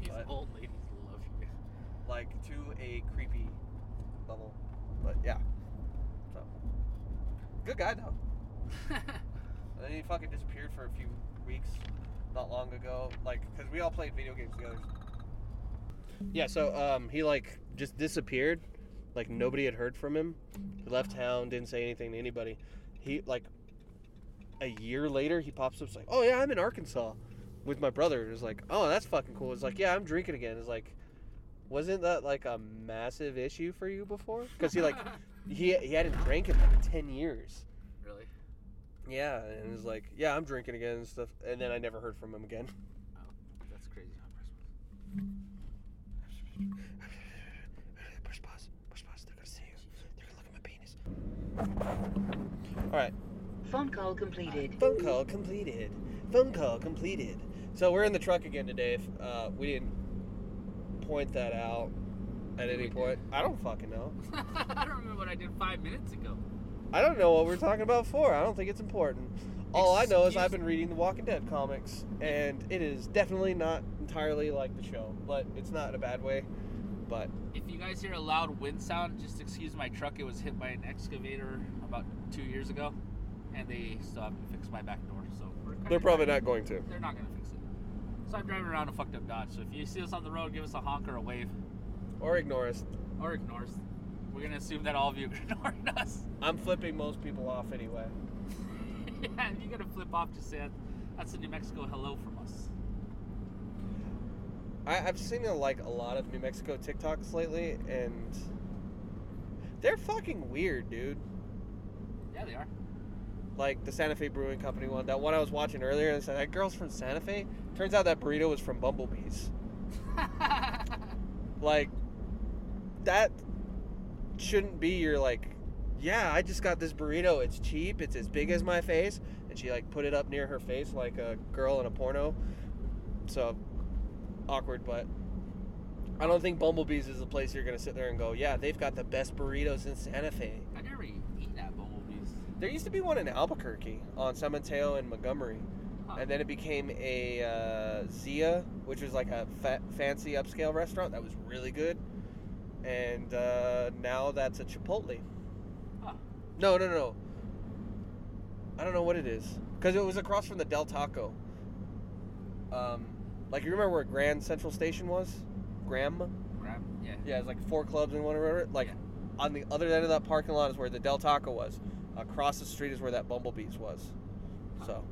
Speaker 2: These
Speaker 1: but-
Speaker 2: old ladies love
Speaker 1: <laughs>
Speaker 2: you.
Speaker 1: like to a creepy level. But yeah. So good guy though. And then he fucking disappeared for a few weeks not long ago. Like, cause we all played video games together. Yeah, so um he like just disappeared. Like nobody had heard from him. He left town, didn't say anything to anybody. He like a year later he pops up it's like, Oh yeah, I'm in Arkansas with my brother. It was like, Oh, that's fucking cool. It's like, yeah, I'm drinking again. It's like wasn't that like a massive issue for you before? Because he like he, he hadn't drank in like ten years.
Speaker 2: <laughs> really?
Speaker 1: Yeah, and it was like, yeah, I'm drinking again and stuff. And then I never heard from him again.
Speaker 2: That's crazy how Christmas.
Speaker 1: <laughs> Push pause. Push pause. They're gonna see you. They're gonna look at my penis. All right.
Speaker 3: Phone call completed.
Speaker 1: Phone call completed. Phone call completed. So we're in the truck again today. If, uh, we didn't point that out at any
Speaker 2: We did.
Speaker 1: point. I don't fucking know.
Speaker 2: <laughs> I don't remember what I did five minutes ago.
Speaker 1: I don't know what we're talking about for. I don't think it's important. All I know is
Speaker 2: Excuse-
Speaker 1: I've been reading the Walking Dead comics, and it is definitely not entirely like the show, but it's not in a bad way. But
Speaker 2: If you guys hear a loud wind sound, just excuse my truck. It was hit by an excavator about two years ago, and they still haven't fixed my back door. So we're kinda driving-
Speaker 1: not going to.
Speaker 2: They're not gonna fix it. So I'm driving around a fucked up Dodge. So if you see us on the road, give us a honk or a wave,
Speaker 1: Or ignore us.
Speaker 2: or ignore us. We're gonna assume that all of you <laughs> are ignoring us.
Speaker 1: I'm flipping most people off anyway.
Speaker 2: yeah, if you're gonna flip off, just say that. That's a New Mexico hello from us.
Speaker 1: I, I've seen like a lot of New Mexico TikToks lately, and they're fucking weird, dude.
Speaker 2: Yeah, they are. <laughs>
Speaker 1: Like the Santa Fe Brewing Company one, that one I was watching earlier, and said that girl's from Santa Fe. Turns out that burrito was from Bumblebees. like that shouldn't be your like yeah i just got this burrito it's cheap it's as big as my face and she like put it up near her face like a girl in a porno so awkward but i don't think bumblebees is the place you're gonna sit there and go yeah they've got the best burritos in santa fe
Speaker 2: I never even eaten at Bumblebees.
Speaker 1: there used to be one in albuquerque on san mateo and montgomery
Speaker 2: Huh.
Speaker 1: and then it became a uh, Zia, which was like a fa- fancy upscale restaurant that was really good. And uh, now that's a Chipotle.
Speaker 2: Huh.
Speaker 1: No, no, no. I don't know what it is because it was across from the Del Taco. Um, like you remember where Grand Central Station was? Graham.
Speaker 2: Grab, yeah.
Speaker 1: Yeah, it's like four clubs and one whatever. Like
Speaker 2: Yeah.
Speaker 1: on the other end of that parking lot is where the Del Taco was. Across the street is where that Bumblebees was. So,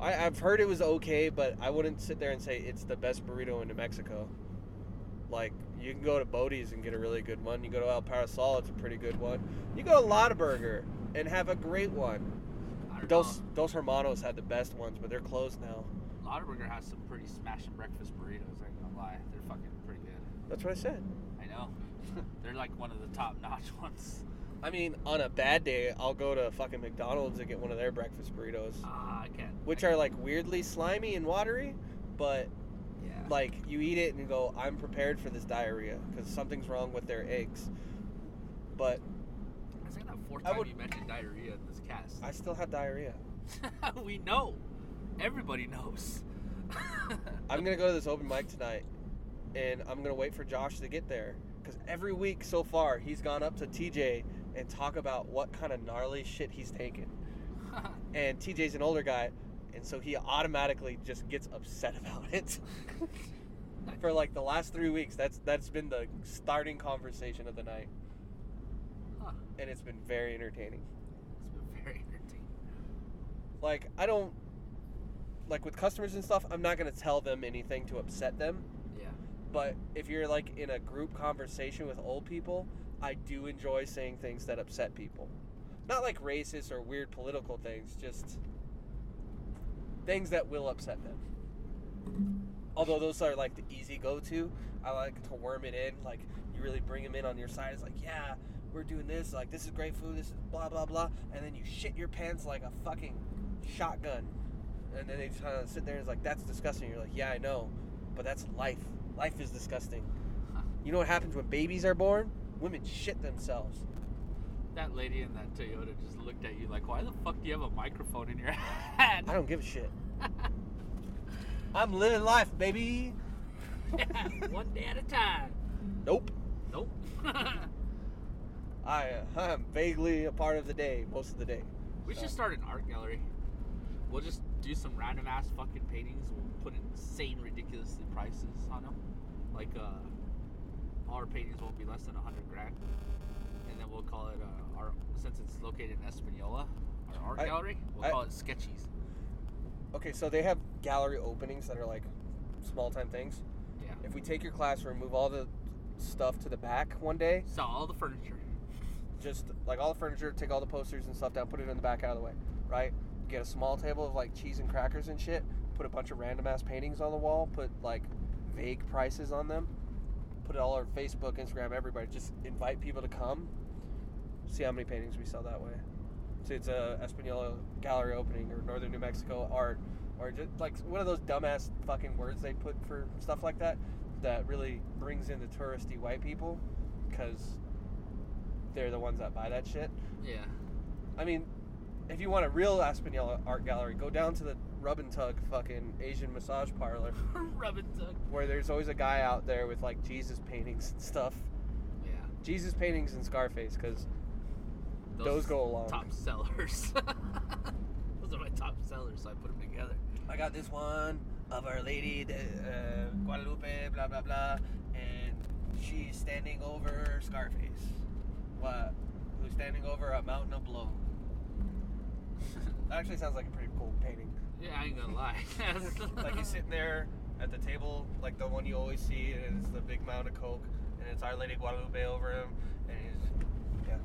Speaker 1: I, I've heard it was okay, but I wouldn't sit there and say it's the best burrito in New Mexico. Like, you can go to Bodie's and get a really good one. You go to El Parasol, it's a pretty good one. You go to Lotta Burger and have a great one.
Speaker 2: I don't
Speaker 1: Dos, Dos Hermanos had the best ones, but they're closed now.
Speaker 2: know. Lauderburger has some pretty smashing breakfast burritos. I ain't gonna lie, they're fucking pretty good.
Speaker 1: That's what I said.
Speaker 2: I know. <laughs> they're like one of the top notch <laughs> ones.
Speaker 1: I mean, on a bad day, I'll go to fucking McDonald's and get one of their breakfast burritos,
Speaker 2: Ah, I can't.
Speaker 1: which are like weirdly slimy and watery, but
Speaker 2: yeah.
Speaker 1: like you eat it and go i'm prepared for this diarrhea because something's wrong with their eggs but
Speaker 2: I think that fourth
Speaker 1: I
Speaker 2: time
Speaker 1: would-
Speaker 2: you mentioned diarrhea in this cast.
Speaker 1: i still have diarrhea
Speaker 2: <laughs> we know. Everybody knows. <laughs>
Speaker 1: i'm gonna go to this open mic tonight and i'm gonna wait for josh to get there because every week so far he's gone up to tj and talk about what kind of gnarly shit he's taken and tj's <laughs> an older guy and so he automatically just gets upset about it
Speaker 2: Nice.
Speaker 1: for like the last three weeks. That's that's been the starting conversation of the night,
Speaker 2: Huh.
Speaker 1: and it's been very entertaining.
Speaker 2: It's been very entertaining.
Speaker 1: Like I don't like with customers and stuff. I'm not gonna tell them anything to upset them.
Speaker 2: Yeah.
Speaker 1: But if you're like in a group conversation with old people, I do enjoy saying things that upset people. Not like racist or weird political things, just things that will upset them. Although those are like the easy go to, I like to worm it in. Like, you really bring them in on your side. It's like, yeah, we're doing this. Like, this is great food. This is blah, blah, blah. And then you shit your pants like a fucking shotgun. And then they just kind of sit there and it's like, that's disgusting. You're like, yeah, I know. But that's life. Life is disgusting. You know what happens when babies are born? Women shit themselves.
Speaker 2: That lady in that Toyota just looked at you like, why the fuck do you have a microphone in your <laughs> hand?
Speaker 1: I don't give a shit. I'm living life, baby.
Speaker 2: <laughs> One day at a time.
Speaker 1: Nope.
Speaker 2: Nope. <laughs>
Speaker 1: I <laughs> I'm vaguely a part of the day most of the day.
Speaker 2: we should start an art gallery. We'll just do some random ass fucking paintings. We'll put insane, ridiculously prices on them. Like, uh, our paintings won't be less than 100 grand. And then we'll call it, uh, our, since it's located in Espanola, our art
Speaker 1: I-
Speaker 2: gallery, we'll
Speaker 1: I-
Speaker 2: call it Sketchies.
Speaker 1: Okay, so they have gallery openings that are like small time things.
Speaker 2: Yeah.
Speaker 1: If we take your classroom, move all the stuff to the back one day,
Speaker 2: Sell all the furniture.
Speaker 1: just like all the furniture, take all the posters and stuff down, put it in the back out of the way, right? Get a small table of like cheese and crackers and shit, put a bunch of random ass paintings on the wall, put like vague prices on them, put it all over Facebook, Instagram, everybody. Just invite people to come, see how many paintings we sell that way. See, it's a Espanola gallery opening or Northern New Mexico art or just like one of those dumbass fucking words they put for stuff like that that really brings in the touristy white people because they're the ones that buy that shit.
Speaker 2: Yeah. <laughs>
Speaker 1: I mean, if you want a real Espanola art gallery, go down to the rub and tug fucking Asian massage parlor
Speaker 2: Rub and tug.
Speaker 1: where there's always a guy out there with like Jesus paintings and stuff.
Speaker 2: Yeah.
Speaker 1: Jesus paintings and Scarface because Those go along.
Speaker 2: Top sellers. <laughs> Those are my top sellers, so I put them together.
Speaker 1: I got this one of Our Lady de uh, Guadalupe, blah blah blah, and she's standing over Scarface, what? Who's standing over a mountain of blow? <laughs> That actually sounds like a pretty cool painting.
Speaker 2: yeah, I ain't gonna lie. <laughs>
Speaker 1: like he's sitting there at the table, like the one you always see, and it's the big mound of coke, and it's Our Lady Guadalupe over him, and he's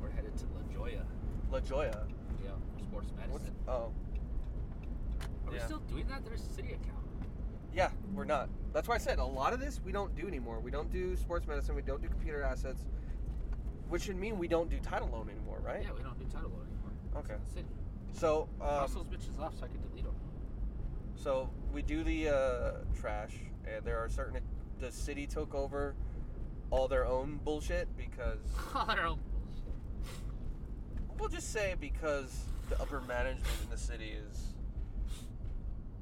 Speaker 2: We're headed to La Jolla.
Speaker 1: La Jolla.
Speaker 2: Yeah, for sports
Speaker 1: What's,
Speaker 2: medicine.
Speaker 1: oh,
Speaker 2: Are we
Speaker 1: yeah.
Speaker 2: still doing that? There's a city account.
Speaker 1: yeah, we're not. That's why I said a lot of this we don't do anymore. We don't do sports medicine. We don't do computer assets, which should mean we don't do title loan anymore, right?
Speaker 2: Yeah, we don't do title loan anymore.
Speaker 1: Okay.
Speaker 2: That's it.
Speaker 1: So,
Speaker 2: Cross
Speaker 1: um,
Speaker 2: those bitches off so I can delete them. <laughs>
Speaker 1: so we do the uh, trash, and there are certain. The city took over all their own bullshit because
Speaker 2: All their own bullshit.
Speaker 1: we'll just say because the upper management in the city is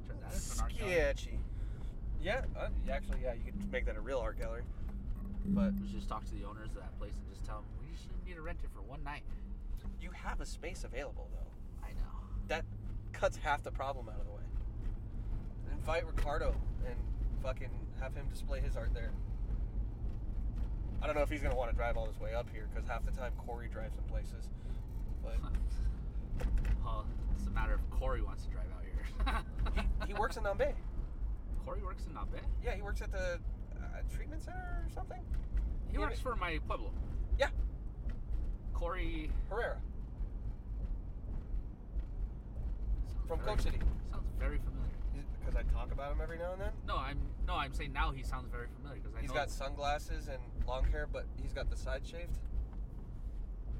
Speaker 2: Turn that into an art gallery.
Speaker 1: sketchy. Yeah, uh, actually, yeah, you could make that a real art gallery. But
Speaker 2: We should just talk to the owners of that place and just tell them we just need to rent it for one night.
Speaker 1: you have a space available though.
Speaker 2: I know.
Speaker 1: That cuts half the problem out of the way. Invite Ricardo and fucking have him display his art there. I don't know if he's gonna want to drive all his way up here because half the time Corey drives in places.
Speaker 2: <laughs>
Speaker 1: But
Speaker 2: well, it's a matter of Corey wants to drive out here. <laughs>
Speaker 1: he works in Nambe.
Speaker 2: Corey works in Nabe.
Speaker 1: Yeah, he works at the uh, treatment center or something.
Speaker 2: He
Speaker 1: Yeah,
Speaker 2: works
Speaker 1: but-
Speaker 2: for my pueblo.
Speaker 1: Yeah.
Speaker 2: Corey
Speaker 1: Herrera
Speaker 2: sounds
Speaker 1: from
Speaker 2: very-
Speaker 1: Coach City.
Speaker 2: Sounds very familiar.
Speaker 1: Because I talk about him every now and then.
Speaker 2: No, I'm no, I'm saying now he sounds very familiar because I
Speaker 1: He's
Speaker 2: know.
Speaker 1: got sunglasses and long hair, but he's got the side shaved.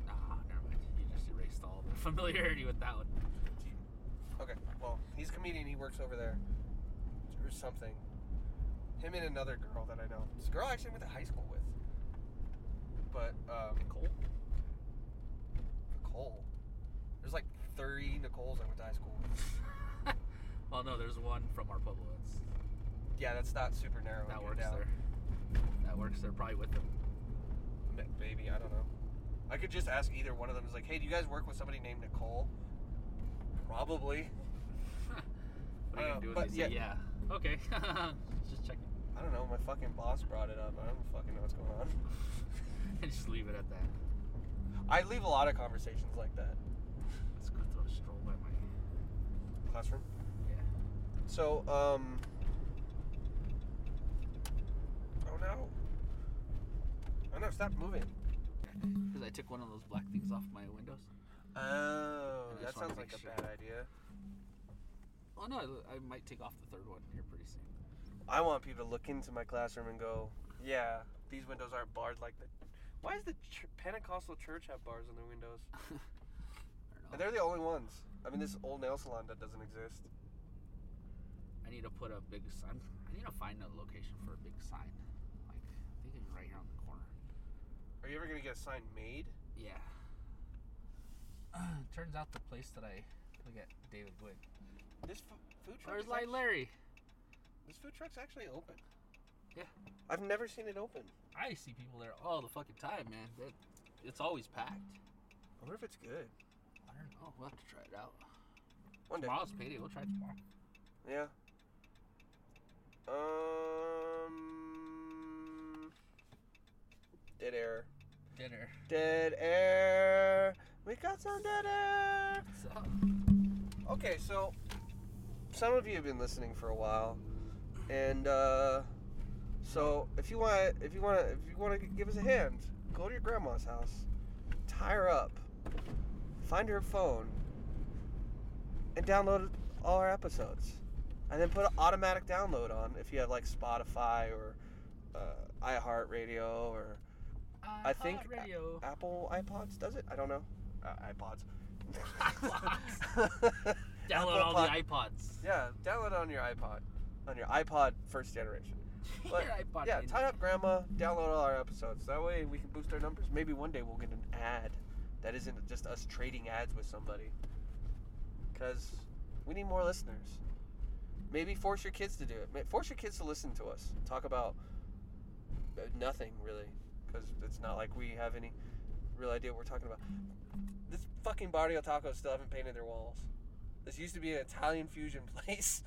Speaker 2: Nah, Ah, never mind. You just erased all the <laughs> familiarity with that one. <laughs>
Speaker 1: Okay, well, he's a comedian. He works over there or something. Him and another girl that I know. This girl I actually went to high school with. But, um,
Speaker 2: Nicole.
Speaker 1: Nicole. There's like 30 Nicoles I went to high school with.
Speaker 2: well, no, there's one from our pueblo. It's,
Speaker 1: Yeah, that's not super narrow.
Speaker 2: that
Speaker 1: Get
Speaker 2: works
Speaker 1: down.
Speaker 2: there. That works there probably <laughs> with him.
Speaker 1: Ma- Maybe, I don't know. I could just ask either one of them. It's like, hey, do you guys work with somebody named Nicole? Probably.
Speaker 2: What are you
Speaker 1: Uh,
Speaker 2: gonna do?
Speaker 1: but
Speaker 2: But yeah. yeah. Okay. <laughs> just check.
Speaker 1: my fucking boss brought it up. I don't fucking know what's going on.
Speaker 2: and <laughs> just leave it at that.
Speaker 1: I leave a lot of conversations like that.
Speaker 2: Let's go throw a stroll by my
Speaker 1: Classroom.
Speaker 2: yeah.
Speaker 4: So, um,
Speaker 1: Oh no. Oh no! Stop moving.
Speaker 2: Because I took one of those black things off my windows.
Speaker 1: Oh,
Speaker 2: I
Speaker 1: that
Speaker 2: just wanna
Speaker 1: sounds
Speaker 2: make
Speaker 1: like a
Speaker 2: sure.
Speaker 1: bad idea.
Speaker 2: Oh no, I might take off the third one here pretty soon.
Speaker 1: I want people to look into my classroom and go, yeah, these windows aren't barred like the. Why does the ch- Pentecostal church have bars on their windows?
Speaker 2: I don't know.
Speaker 1: And they're the only ones. I mean, this old nail salon that doesn't exist.
Speaker 2: I need to put a big. s- I'm, I need to find a location for a big sign. Like I think it's right here on the corner.
Speaker 1: Are you ever gonna get a sign made?
Speaker 2: Yeah. <clears throat> Turns out the place that I look at David Wood.
Speaker 1: This fu- food truck.
Speaker 2: Where's
Speaker 1: is act-
Speaker 2: like Larry?
Speaker 1: This food truck's actually open.
Speaker 2: Yeah.
Speaker 1: I've never seen it open.
Speaker 2: I see people there all the fucking time, man. That it's always packed.
Speaker 1: I wonder if it's good.
Speaker 2: I don't know. We'll have to try it out.
Speaker 1: One day.
Speaker 2: Tomorrow's payday. We'll try it tomorrow.
Speaker 1: Yeah. Um. Dead air.
Speaker 2: Dinner.
Speaker 1: Dead air. We got some dead air.
Speaker 2: So
Speaker 1: Okay, so some of you have been listening for a while, and uh, so if you want, if you want, to, if you want to give us a hand, go to your grandma's house, tie her up, find her phone, and download all our episodes, and then put an automatic download on if you have like Spotify or uh, iHeartRadio or I think-
Speaker 2: radio.
Speaker 1: Apple iPods. Does it? I don't know. Uh, iPods. <laughs>
Speaker 2: iPods. Download
Speaker 1: Apple
Speaker 2: all
Speaker 1: Pod-
Speaker 2: the iPods.
Speaker 1: Yeah, download it on your iPod, on your iPod first generation.
Speaker 2: <laughs>
Speaker 1: But,
Speaker 2: Your iPod
Speaker 1: yeah,
Speaker 2: mini.
Speaker 1: tie up grandma, download all our episodes. That way we can boost our numbers. Maybe one day we'll get an ad that isn't just us trading ads with somebody. Because we need more listeners. Maybe force your kids to do it. Ma- Force your kids to listen to us. Talk about uh, nothing, really. Because it's not like we have any real idea what we're talking about. This fucking Barrio Tacos still haven't painted their walls. This used to be an Italian fusion <laughs> place.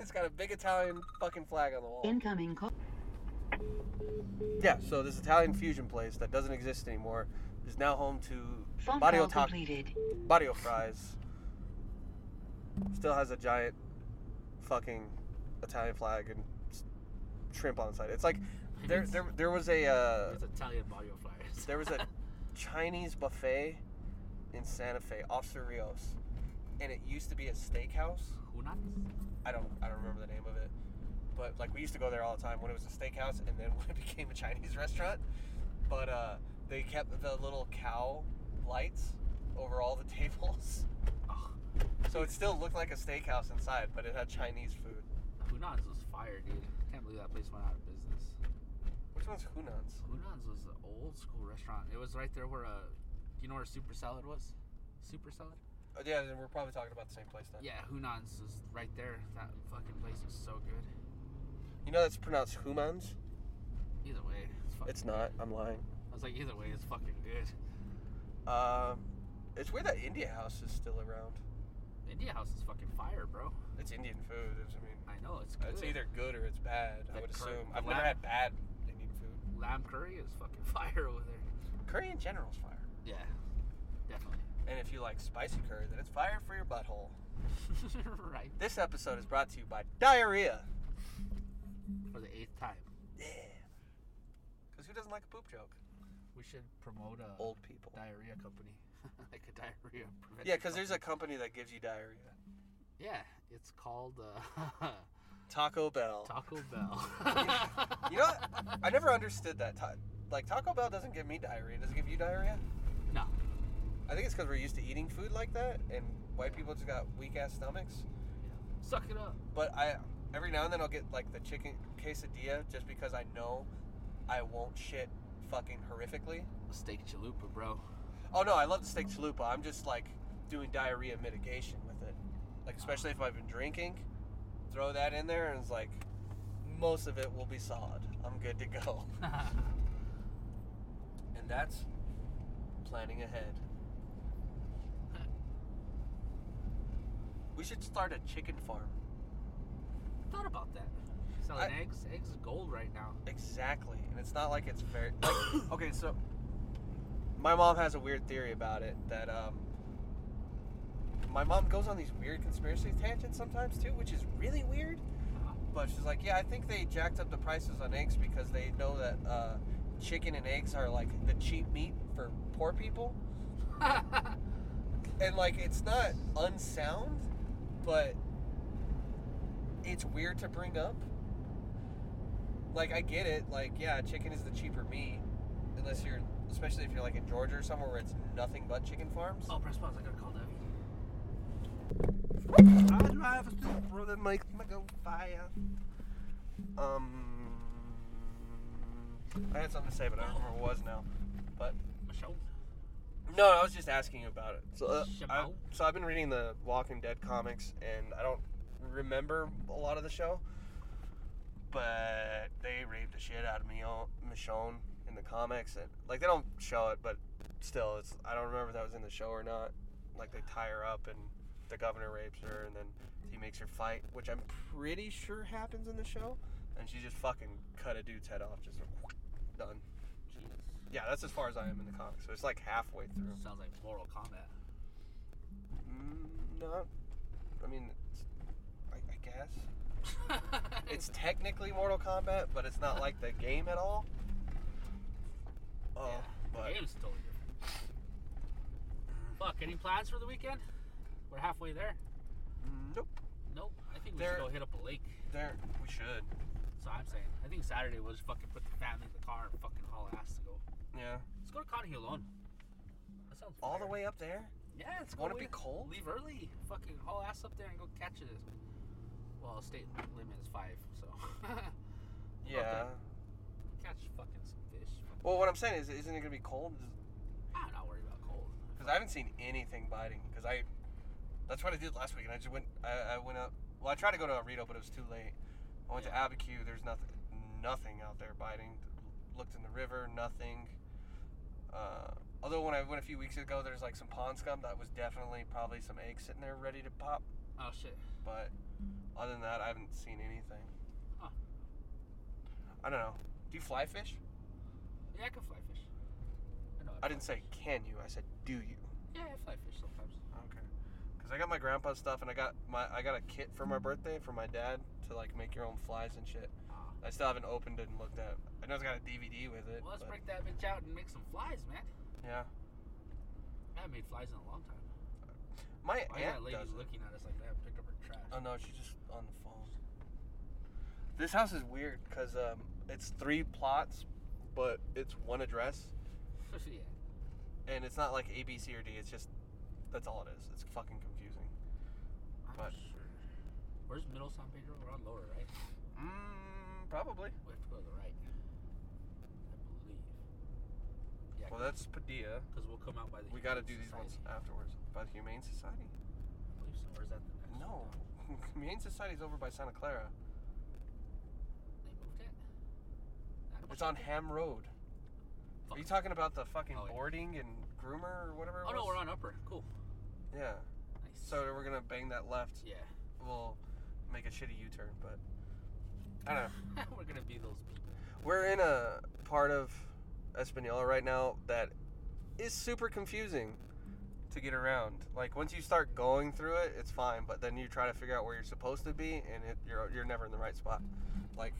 Speaker 1: it's got a big Italian fucking flag on the wall.
Speaker 3: Incoming call.
Speaker 1: Yeah, so this Italian fusion place that doesn't exist anymore is now home to
Speaker 3: Phone
Speaker 1: Barrio
Speaker 3: call
Speaker 1: Ta-
Speaker 3: completed.
Speaker 1: Barrio Fries. Still has a giant fucking Italian flag and s- shrimp on the side. It's like there there, there was a
Speaker 2: <laughs>
Speaker 1: uh,
Speaker 2: It's Italian Mario Flyers.
Speaker 1: there was
Speaker 2: <laughs>
Speaker 1: a Chinese buffet in Santa Fe, Officer Rios, and it used to be a steakhouse.
Speaker 2: Hunats?
Speaker 1: I don't I don't remember the name of it. But like we used to go there all the time when it was a steakhouse and then <laughs> when it became a Chinese restaurant. But uh, they kept the little cow lights over all the <laughs> tables.
Speaker 2: Oh,
Speaker 1: So it still looked like a steakhouse inside, but it had Chinese food.
Speaker 2: Hunans was fire, dude. Can't believe that place went out of business.
Speaker 1: Which one's Hunan's?
Speaker 2: Hunan's was an old school restaurant. It was right there where uh, you know where Super Salad was? Super Salad?
Speaker 1: Oh, yeah, then we're probably talking about the same place then.
Speaker 2: Yeah, Hunan's is right there. That fucking place is so good.
Speaker 1: You know that's pronounced Human's?
Speaker 2: Either way, it's fucking.
Speaker 1: It's not. I'm lying.
Speaker 2: I was like, either way, it's fucking good.
Speaker 1: Um, it's weird that India House is still around.
Speaker 2: India House is fucking fire, bro.
Speaker 1: It's Indian food. It's, I mean,
Speaker 2: I know it's good.
Speaker 1: it's either good or it's bad. I
Speaker 2: The
Speaker 1: would
Speaker 2: cur-
Speaker 1: assume.
Speaker 2: the
Speaker 1: I've never
Speaker 2: lamb-
Speaker 1: had bad Indian food.
Speaker 2: lamb curry is fucking <laughs> fire over there.
Speaker 1: Curry in general is fire.
Speaker 2: Yeah, definitely. <laughs>
Speaker 1: And if you like spicy curry, then it's fire for your butthole.
Speaker 2: right
Speaker 1: This episode is brought to you by diarrhea.
Speaker 2: for the eighth time,
Speaker 1: Yeah. Because who doesn't like a poop joke?
Speaker 2: we should promote a
Speaker 1: Old people.
Speaker 2: diarrhea company, <laughs> like a diarrhea. prevention
Speaker 1: Yeah, because there's a
Speaker 2: company.
Speaker 1: company that gives you diarrhea.
Speaker 2: yeah. It's called uh, <laughs>
Speaker 1: Taco Bell.
Speaker 2: Taco
Speaker 1: <laughs>
Speaker 2: Bell.
Speaker 1: you know, what? I never understood that. Ta- like Taco Bell doesn't give me diarrhea. Does it give you diarrhea?
Speaker 2: no,
Speaker 1: I think it's because we're used to eating food like that, and white people just got weak ass stomachs.
Speaker 2: suck it up.
Speaker 1: But I every now and then I'll get like the chicken quesadilla just because I know I won't shit fucking horrifically.
Speaker 2: Steak chalupa, bro. <laughs>
Speaker 1: Oh no, I love the steak chalupa. I'm just like doing diarrhea mitigation with it. Like especially if I've been drinking, throw that in there and it's like most of it will be solid. I'm good to go. And that's planning ahead. We should start a chicken farm.
Speaker 2: Thought about that. selling
Speaker 1: I-
Speaker 2: eggs. Eggs is gold right now.
Speaker 1: Exactly. And it's not like it's very. Like, <coughs> okay, so my mom has a weird theory about it that um, my mom goes on these weird conspiracy tangents sometimes too, which is really weird. But she's like, yeah, I think they jacked up the prices on eggs because they know that uh, chicken and eggs are like the cheap meat for poor people. and like, it's not unsound, but it's weird to bring up. Like, I get it. Like, yeah, chicken is the cheaper meat, unless you're, especially if you're like in Georgia or somewhere where it's nothing but chicken farms.
Speaker 2: oh, press pause. I gotta call Debbie.
Speaker 5: I drive us through the make me go fire.
Speaker 1: Um, I had something to say, but I don't remember what it was now. But
Speaker 2: Michelle.
Speaker 1: no, I was just asking you about it. So, uh, I,
Speaker 2: Shamal?
Speaker 1: so I've been reading the Walking Dead comics, and I don't remember a lot of the show, but they raped the shit out of Mion- Michonne in the comics, and like they don't show it, but still, it's I don't remember if that was in the show or not. Like they tie her up, and the governor rapes her, and then he makes her fight, which I'm pretty sure happens in the show, and she just fucking cut a dude's head off, just done.
Speaker 2: Jeez.
Speaker 1: Yeah, that's as far as I am in the comics. So it's like halfway through.
Speaker 2: Sounds like Mortal Kombat.
Speaker 1: Mm, not. I mean, it's, I, I guess <laughs>
Speaker 2: Mm. <laughs>
Speaker 1: it's technically Mortal Kombat, but it's not like the game at all. Oh,
Speaker 2: Yeah,
Speaker 1: but
Speaker 2: The game's totally different. Fuck. Any plans for the weekend? We're halfway there.
Speaker 1: mm, nope.
Speaker 2: Nope. I think we
Speaker 1: There-
Speaker 2: should go hit up a lake.
Speaker 1: There, we should.
Speaker 2: So I'm saying. I think Saturday we'll just fucking put the family in the car and fucking haul ass to go.
Speaker 1: Yeah,
Speaker 2: Let's go to Connie alone. That sounds
Speaker 1: all the
Speaker 2: fire.
Speaker 1: way up there.
Speaker 2: Yeah, it's
Speaker 1: Won't
Speaker 2: cool.
Speaker 1: it be
Speaker 2: We-
Speaker 1: cold?
Speaker 2: Leave early. Fucking haul ass up there and go catch it. Well, state limit is five, so <laughs>
Speaker 1: Yeah.
Speaker 2: catch fucking some fish.
Speaker 1: Well, what I'm saying is, isn't it gonna be cold?
Speaker 2: I'm not worried about cold.
Speaker 1: Because I haven't seen anything biting. Because I, that's what I did last week, and I just went. I, I went up. Well, I tried to go to Arito, but it was too late. I went to Abiquiu. There's nothing, nothing out there biting. Looked in the river, nothing. Uh, although when I went a few weeks ago, there's like some pond scum that was definitely probably some eggs sitting there ready to pop.
Speaker 2: Oh shit.
Speaker 1: But other than that, I haven't seen anything.
Speaker 2: Huh.
Speaker 1: I don't know. Do you fly fish?
Speaker 2: Yeah, I can fly fish. I know. how to
Speaker 1: I
Speaker 2: fly
Speaker 1: didn't say
Speaker 2: fish.
Speaker 1: can you. I said do you.
Speaker 2: Yeah, I fly fish sometimes.
Speaker 1: Okay. Cause I got my grandpa's stuff, and I got my I got a kit for my birthday from my dad to like make your own flies and shit.
Speaker 2: Ah.
Speaker 1: I still haven't opened it and looked at. I know it's got a DVD with it.
Speaker 2: Well, let's
Speaker 1: but-
Speaker 2: break that bitch out and make some flies, man.
Speaker 1: Yeah.
Speaker 2: I haven't made flies in a long time.
Speaker 1: My
Speaker 2: Why is
Speaker 1: aunt
Speaker 2: that lady
Speaker 1: does it.
Speaker 2: looking at us like that? Picked up her trash. <laughs>
Speaker 1: Oh no, she's just on the phone. This house is weird because um, it's three plots, but it's one address,
Speaker 2: yeah.
Speaker 1: and it's not like A, B, C, or D. It's just that's all it is. It's fucking confusing.
Speaker 2: I'm
Speaker 1: But-
Speaker 2: sure. Where's middle San Pedro? We're on lower, right?
Speaker 1: Mm, probably.
Speaker 2: We have to go to the right. I believe. Yeah,
Speaker 1: Well, that's Padilla.
Speaker 2: because we'll come out by the.
Speaker 1: We got to do these ones afterwards. By the Humane Society.
Speaker 2: I believe so. Or is that the next? one?
Speaker 1: No, <laughs> Humane Society's over by Santa Clara.
Speaker 2: They moved it. I don't
Speaker 1: It's on
Speaker 2: think-
Speaker 1: Ham Road. Are
Speaker 2: Fuck.
Speaker 1: you talking about the fucking
Speaker 2: Oh, yeah.
Speaker 1: boarding and groomer or whatever? it
Speaker 2: Oh no,
Speaker 1: was?
Speaker 2: we're on upper. Cool.
Speaker 1: Yeah.
Speaker 2: Nice.
Speaker 1: So we're gonna bang that left.
Speaker 2: yeah, <laughs>
Speaker 1: We'll make a shitty U-turn, but I don't know.
Speaker 2: we're gonna be those people.
Speaker 1: We're in a part of Espanola right now that is super confusing to get around. Like once you start going through it, it's fine, but then you try to figure out where you're supposed to be, and it, you're you're never in the right spot. Like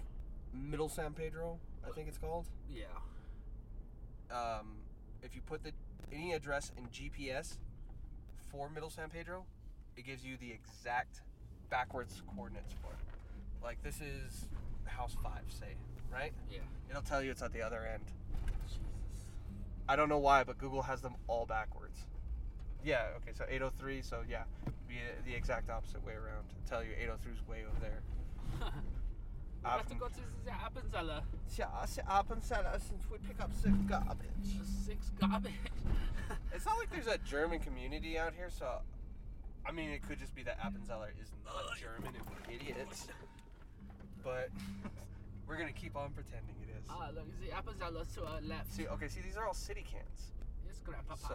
Speaker 1: Middle San Pedro, I think it's called.
Speaker 2: Yeah.
Speaker 1: um, if you put the any address in GPS for Middle San Pedro, it gives you the exact backwards coordinates for it. Like this is house five, say, right?
Speaker 2: Yeah.
Speaker 1: It'll tell you it's at the other end.
Speaker 2: Jesus. <laughs>
Speaker 1: I don't know why, but Google has them all backwards. Yeah, okay, so 803, so yeah, be the exact opposite way around. Tell you 803's way over there.
Speaker 2: we have
Speaker 1: I've-
Speaker 2: to go to the Appenzella.
Speaker 1: Yeah, I said up and said since we pick up some garbage.
Speaker 2: Six
Speaker 1: <laughs>
Speaker 2: garbage.
Speaker 1: It's not like there's a German community out here, so I mean it could just be that Appenzeller is not German and we're idiots. But <laughs> we're gonna keep on pretending it is.
Speaker 2: Ah, look, the Appenzella to our left.
Speaker 1: See, okay, see these are all city cans.
Speaker 2: Yes, grandpapa.
Speaker 1: So,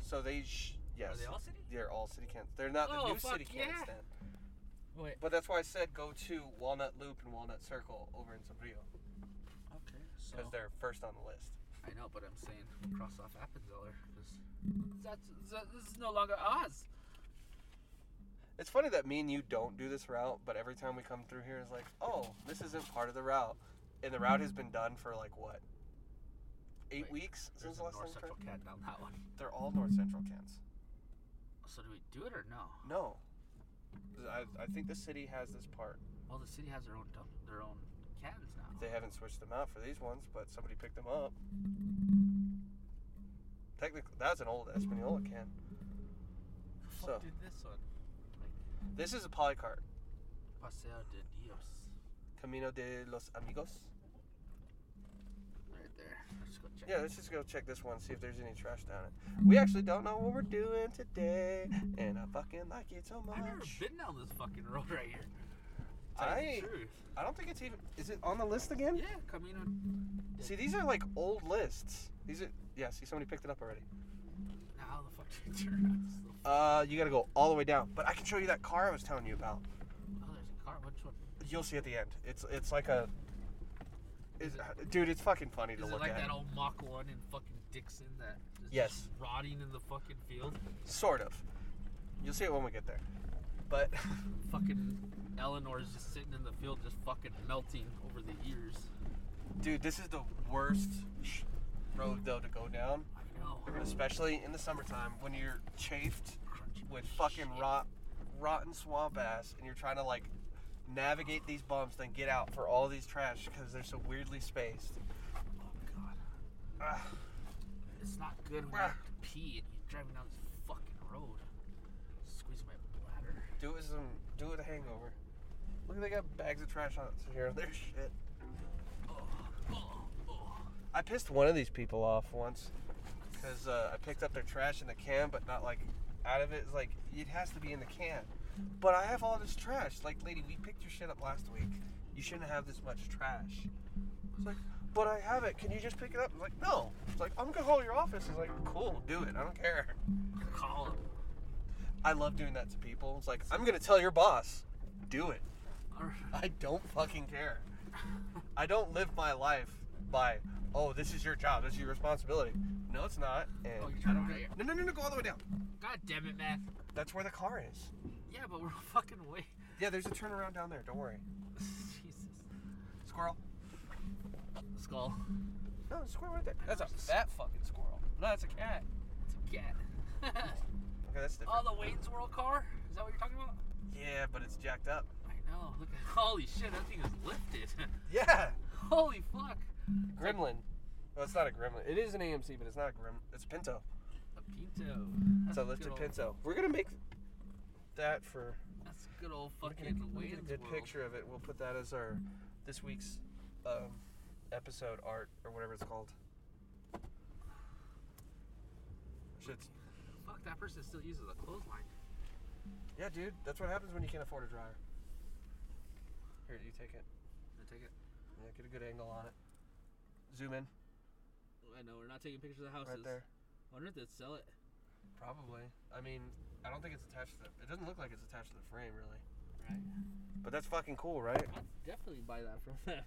Speaker 1: so they, sh- yes,
Speaker 2: Are they all city?
Speaker 1: they're all city cans. They're not the
Speaker 2: Oh,
Speaker 1: new
Speaker 2: fuck
Speaker 1: city cans
Speaker 2: yeah.
Speaker 1: then.
Speaker 2: Wait.
Speaker 1: But that's why I said go to Walnut Loop and Walnut Circle over in Zabrillo
Speaker 2: Okay. So.
Speaker 1: because they're first on the list.
Speaker 2: I know, but I'm saying cross off Appenzeller because that's that- this is no longer ours.
Speaker 1: It's funny that me and you don't do this route, but every time we come through here, it's like, oh, this isn't part of the route, and the route has been done for like what, eight
Speaker 2: Wait,
Speaker 1: weeks since
Speaker 2: There's
Speaker 1: the
Speaker 2: a
Speaker 1: last time.
Speaker 2: North
Speaker 1: we
Speaker 2: Central
Speaker 1: tried?
Speaker 2: cat down that one.
Speaker 1: They're all North Central cans.
Speaker 2: So do we do it or no?
Speaker 1: No, I, I think the city has this part.
Speaker 2: Well, the city has their own dump, their own cans now.
Speaker 1: They haven't switched them out for these ones, but somebody picked them up. Technically, that's an old Espanola can. So
Speaker 2: Fuck did this one?
Speaker 1: this is a polycart.
Speaker 2: Paseo de Dios.
Speaker 1: Camino de los Amigos.
Speaker 2: Right there. Let's go check.
Speaker 1: Yeah, let's just go check this one, see if there's any trash down it. We actually don't know what we're doing today, and I fucking like it so
Speaker 2: I've never
Speaker 1: much.
Speaker 2: been down this fucking road right here. Tell you
Speaker 1: I
Speaker 2: the truth.
Speaker 1: I don't think it's even. Is it on the list again?
Speaker 2: Yeah, Camino.
Speaker 1: See, these are like old lists. These are. Yeah, see, somebody picked it up already.
Speaker 2: Now how the fuck do you turn around? This little-
Speaker 1: Uh, you gotta go all the way down. But I can show you that car I was telling you about.
Speaker 2: Oh, there's a car. Which one?
Speaker 1: You'll see at the end. It's it's like a. It's, dude, it's fucking funny to
Speaker 2: Is it
Speaker 1: look
Speaker 2: like
Speaker 1: at.
Speaker 2: that old Mach 1 in fucking Dixon that is
Speaker 1: Yes.
Speaker 2: just rotting in the fucking field?
Speaker 1: Sort of. You'll see it when we get there. But <laughs>
Speaker 2: Fucking Eleanor's just sitting in the field, just fucking melting over the ears.
Speaker 1: dude, this is the worst road though to go down.
Speaker 2: I know.
Speaker 1: especially in the summertime when you're chafed
Speaker 2: Crunchy
Speaker 1: with
Speaker 2: shit.
Speaker 1: fucking rot, rotten swamp ass and you're trying to like navigate these bumps then get out for all these trash because they're so weirdly spaced
Speaker 2: Oh god.
Speaker 1: Ugh.
Speaker 2: It's not good when you have to pee and you're driving down this fucking road. Squeeze my bladder.
Speaker 1: do it with some do it with a hangover look they got bags of trash on here their <laughs> shit
Speaker 2: Oh, oh, oh.
Speaker 1: i pissed one of these people off once because uh, i picked up their trash in the can but not like out of it it's like it has to be in the can but i have all this trash like lady we picked your shit up last week you shouldn't have this much trash It's like, but I have it. Can you just pick it up? I'm like, no. It's like, I'm gonna call your office. It's like, cool, do it. I don't care.
Speaker 2: Call him.
Speaker 1: I love doing that to people. It's like, I'm gonna tell your boss, do it.
Speaker 2: Alright.
Speaker 1: I don't fucking care. I don't live my life by, oh, this is your job. This is your responsibility. No, it's not. And
Speaker 2: Oh, you're trying to right here.
Speaker 1: no, no, no, no, go all the way down.
Speaker 2: God damn it, man.
Speaker 1: That's where the car is.
Speaker 2: Yeah, but we're <laughs> fucking way.
Speaker 1: Yeah, there's a turnaround down there. Don't worry.
Speaker 2: Jesus.
Speaker 1: Squirrel.
Speaker 2: Skull.
Speaker 1: No, squirrel right there. That's a fat fucking squirrel. No, that's a cat.
Speaker 2: It's a cat. <laughs>
Speaker 1: Okay, that's different.
Speaker 2: oh, the Wayne's World car? Is that what you're talking about?
Speaker 1: Yeah, but it's jacked up.
Speaker 2: I know. Look at Holy shit, that thing is lifted. <laughs>
Speaker 1: <laughs> Yeah.
Speaker 2: Holy fuck.
Speaker 1: Gremlin. Well, it's not a gremlin. It is an AMC, but it's not a grim. It's a Pinto.
Speaker 2: A Pinto.
Speaker 1: It's
Speaker 2: That's
Speaker 1: a
Speaker 2: good
Speaker 1: lifted
Speaker 2: old-
Speaker 1: Pinto. We're gonna make that for.
Speaker 2: That's a good old
Speaker 1: we'll get a-
Speaker 2: fucking
Speaker 1: we'll get a
Speaker 2: Wayne's
Speaker 1: good
Speaker 2: World.
Speaker 1: picture of it. We'll put that as our this week's um, episode art or whatever it's called. Shit's,
Speaker 2: Fuck, that person still uses a clothesline.
Speaker 1: yeah, dude. That's what happens when you can't afford a dryer. Here, you take it.
Speaker 2: Can I take it?
Speaker 1: Yeah, get a good angle on it. Zoom in
Speaker 2: I know, we're not taking pictures of houses.
Speaker 1: right there.
Speaker 2: I wonder if they'd sell it.
Speaker 1: Probably. I mean, I don't think it's attached to the. It doesn't look like it's attached to the frame, really.
Speaker 2: Right.
Speaker 1: But that's fucking cool, right?
Speaker 2: I'd definitely buy that from
Speaker 1: <laughs>
Speaker 2: them.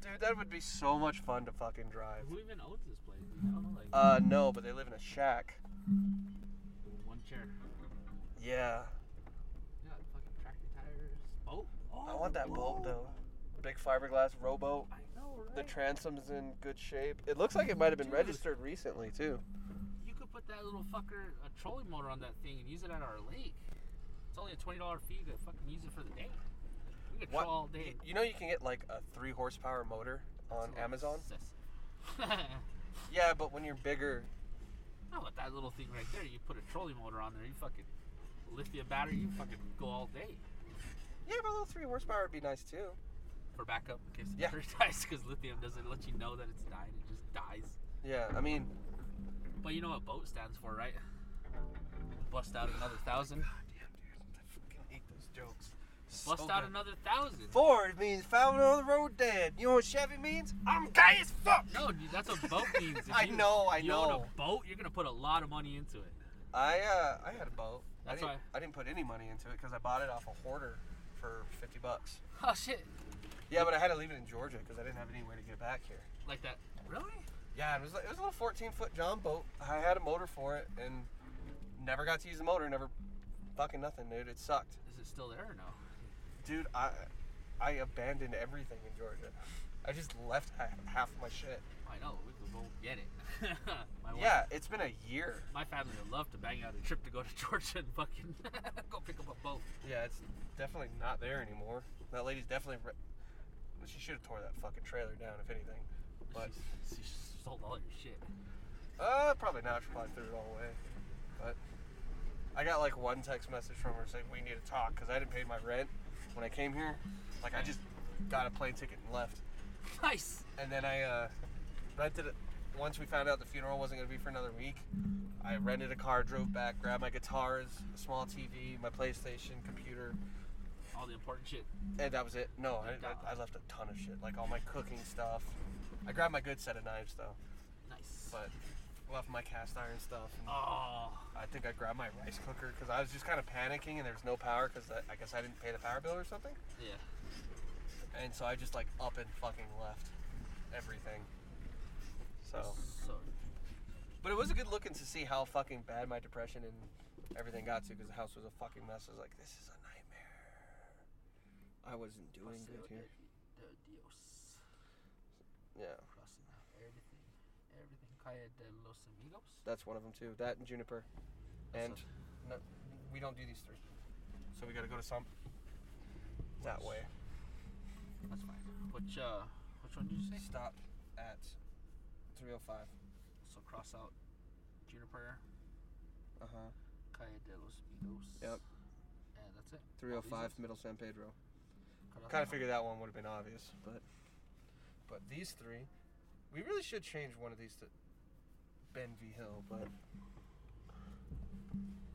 Speaker 1: Dude, that would be so much fun to fucking drive.
Speaker 2: Who even owns this place? You know, like
Speaker 1: Uh, no, but they live in a shack.
Speaker 2: one chair.
Speaker 1: Yeah.
Speaker 2: Yeah, fucking tractor tires. Boat. Oh,
Speaker 1: I want that boat, though. Big fiberglass rowboat.
Speaker 2: I know, right?
Speaker 1: The transom's in good shape. It looks like it might have been
Speaker 2: Dude.
Speaker 1: registered recently, too.
Speaker 2: you could put that little fucker a trolling motor on that thing and use it at our lake. It's only a twenty dollar fee to fucking use it for the day. We could troll all day.
Speaker 1: You, you know, you can get like a three horsepower motor on
Speaker 2: It's a little
Speaker 1: Amazon?
Speaker 2: excessive. <laughs>
Speaker 1: Yeah, but when you're bigger,
Speaker 2: no, but that little thing right there, you put a trolling motor on there, you fucking lithium battery, you fucking go all day.
Speaker 1: yeah, but a little three horsepower would be nice, too.
Speaker 2: for backup in case the
Speaker 1: Yeah.
Speaker 2: battery <laughs> dies because lithium doesn't let you know that it's dying; it just dies.
Speaker 1: Yeah, I mean,
Speaker 2: But you know what boat stands for, right? Bust out another thousand.
Speaker 1: damn, dude, I fucking hate those jokes.
Speaker 2: Bust
Speaker 1: So
Speaker 2: out
Speaker 1: good.
Speaker 2: another thousand.
Speaker 1: Ford means found on the road dead. You know what Chevy means? I'm gay as fuck.
Speaker 2: No, dude, that's
Speaker 1: <laughs>
Speaker 2: what boat means. If
Speaker 1: I
Speaker 2: you-
Speaker 1: know, I
Speaker 2: you own
Speaker 1: know.
Speaker 2: a boat, you're gonna put a lot of money into it.
Speaker 1: I uh, I had a boat. I
Speaker 2: That's
Speaker 1: didn't,
Speaker 2: why-
Speaker 1: I didn't put any money into it because I bought it off a hoarder for 50 bucks.
Speaker 2: Oh shit!
Speaker 1: Yeah, but I had to leave it in Georgia because I didn't have any way to get back here.
Speaker 2: Like that? Really?
Speaker 1: Yeah, it was, it was a little 14 foot John boat. I had a motor for it and never got to use the motor, never fucking nothing, dude. It sucked.
Speaker 2: Is it still there or no?
Speaker 1: Dude, I I abandoned everything in Georgia. I just left ha- half my shit.
Speaker 2: I know. We could go get it. <laughs> my wife-
Speaker 1: Yeah, it's been a year.
Speaker 2: My family would love to bang out a trip to <laughs> go to Georgia and fucking <laughs> go pick up a boat.
Speaker 1: Yeah, it's definitely not there anymore. That lady's definitely. Re- well, she should have tore that fucking trailer down, if anything. But
Speaker 2: She, she sold all your shit. <laughs>
Speaker 1: uh, probably not. She probably threw it all away. But I got like one text message from her saying we need to talk because I didn't pay my rent when I came here. Like I just got a plane ticket and left.
Speaker 2: Nice.
Speaker 1: And then I uh, rented it. Once we found out the funeral wasn't going to be for another week, I rented a car, drove back, grabbed my guitars, a small TV, my PlayStation, computer,
Speaker 2: All the important shit.
Speaker 1: and that was it. No, I, I, I left a ton of shit, like all my cooking stuff. I grabbed my good set of knives though,
Speaker 2: Nice.
Speaker 1: but left my cast iron stuff. And
Speaker 2: oh,
Speaker 1: I think I grabbed my rice cooker because I was just kind of panicking and there was no power because I guess I didn't pay the power bill or something.
Speaker 2: yeah.
Speaker 1: And so I just like up and fucking left everything. So,
Speaker 2: So
Speaker 1: but it was a good looking to see how fucking bad my depression and everything got to because the house was a fucking mess. I was like, this is a nightmare. I wasn't doing good
Speaker 2: Paseo
Speaker 1: here.
Speaker 2: de- de Dios.
Speaker 1: Yeah.
Speaker 2: Crossing out everything. Everything. Calle de los Amigos.
Speaker 1: That's one of them too. That and juniper.
Speaker 2: That's
Speaker 1: And no, we don't do these three. So we got to go to some that way.
Speaker 2: That's fine. Which uh, which one did you say?
Speaker 1: Stop at 305.
Speaker 2: So cross out Juniper,
Speaker 1: Uh huh.
Speaker 2: Calle de los Amigos.
Speaker 1: Yep.
Speaker 2: And that's it. All
Speaker 1: 305
Speaker 2: these
Speaker 1: Middle San Pedro.
Speaker 2: ones?
Speaker 1: Kind of figured that one would have been obvious, but but these three, we really should change one of these to Ben V Hill, but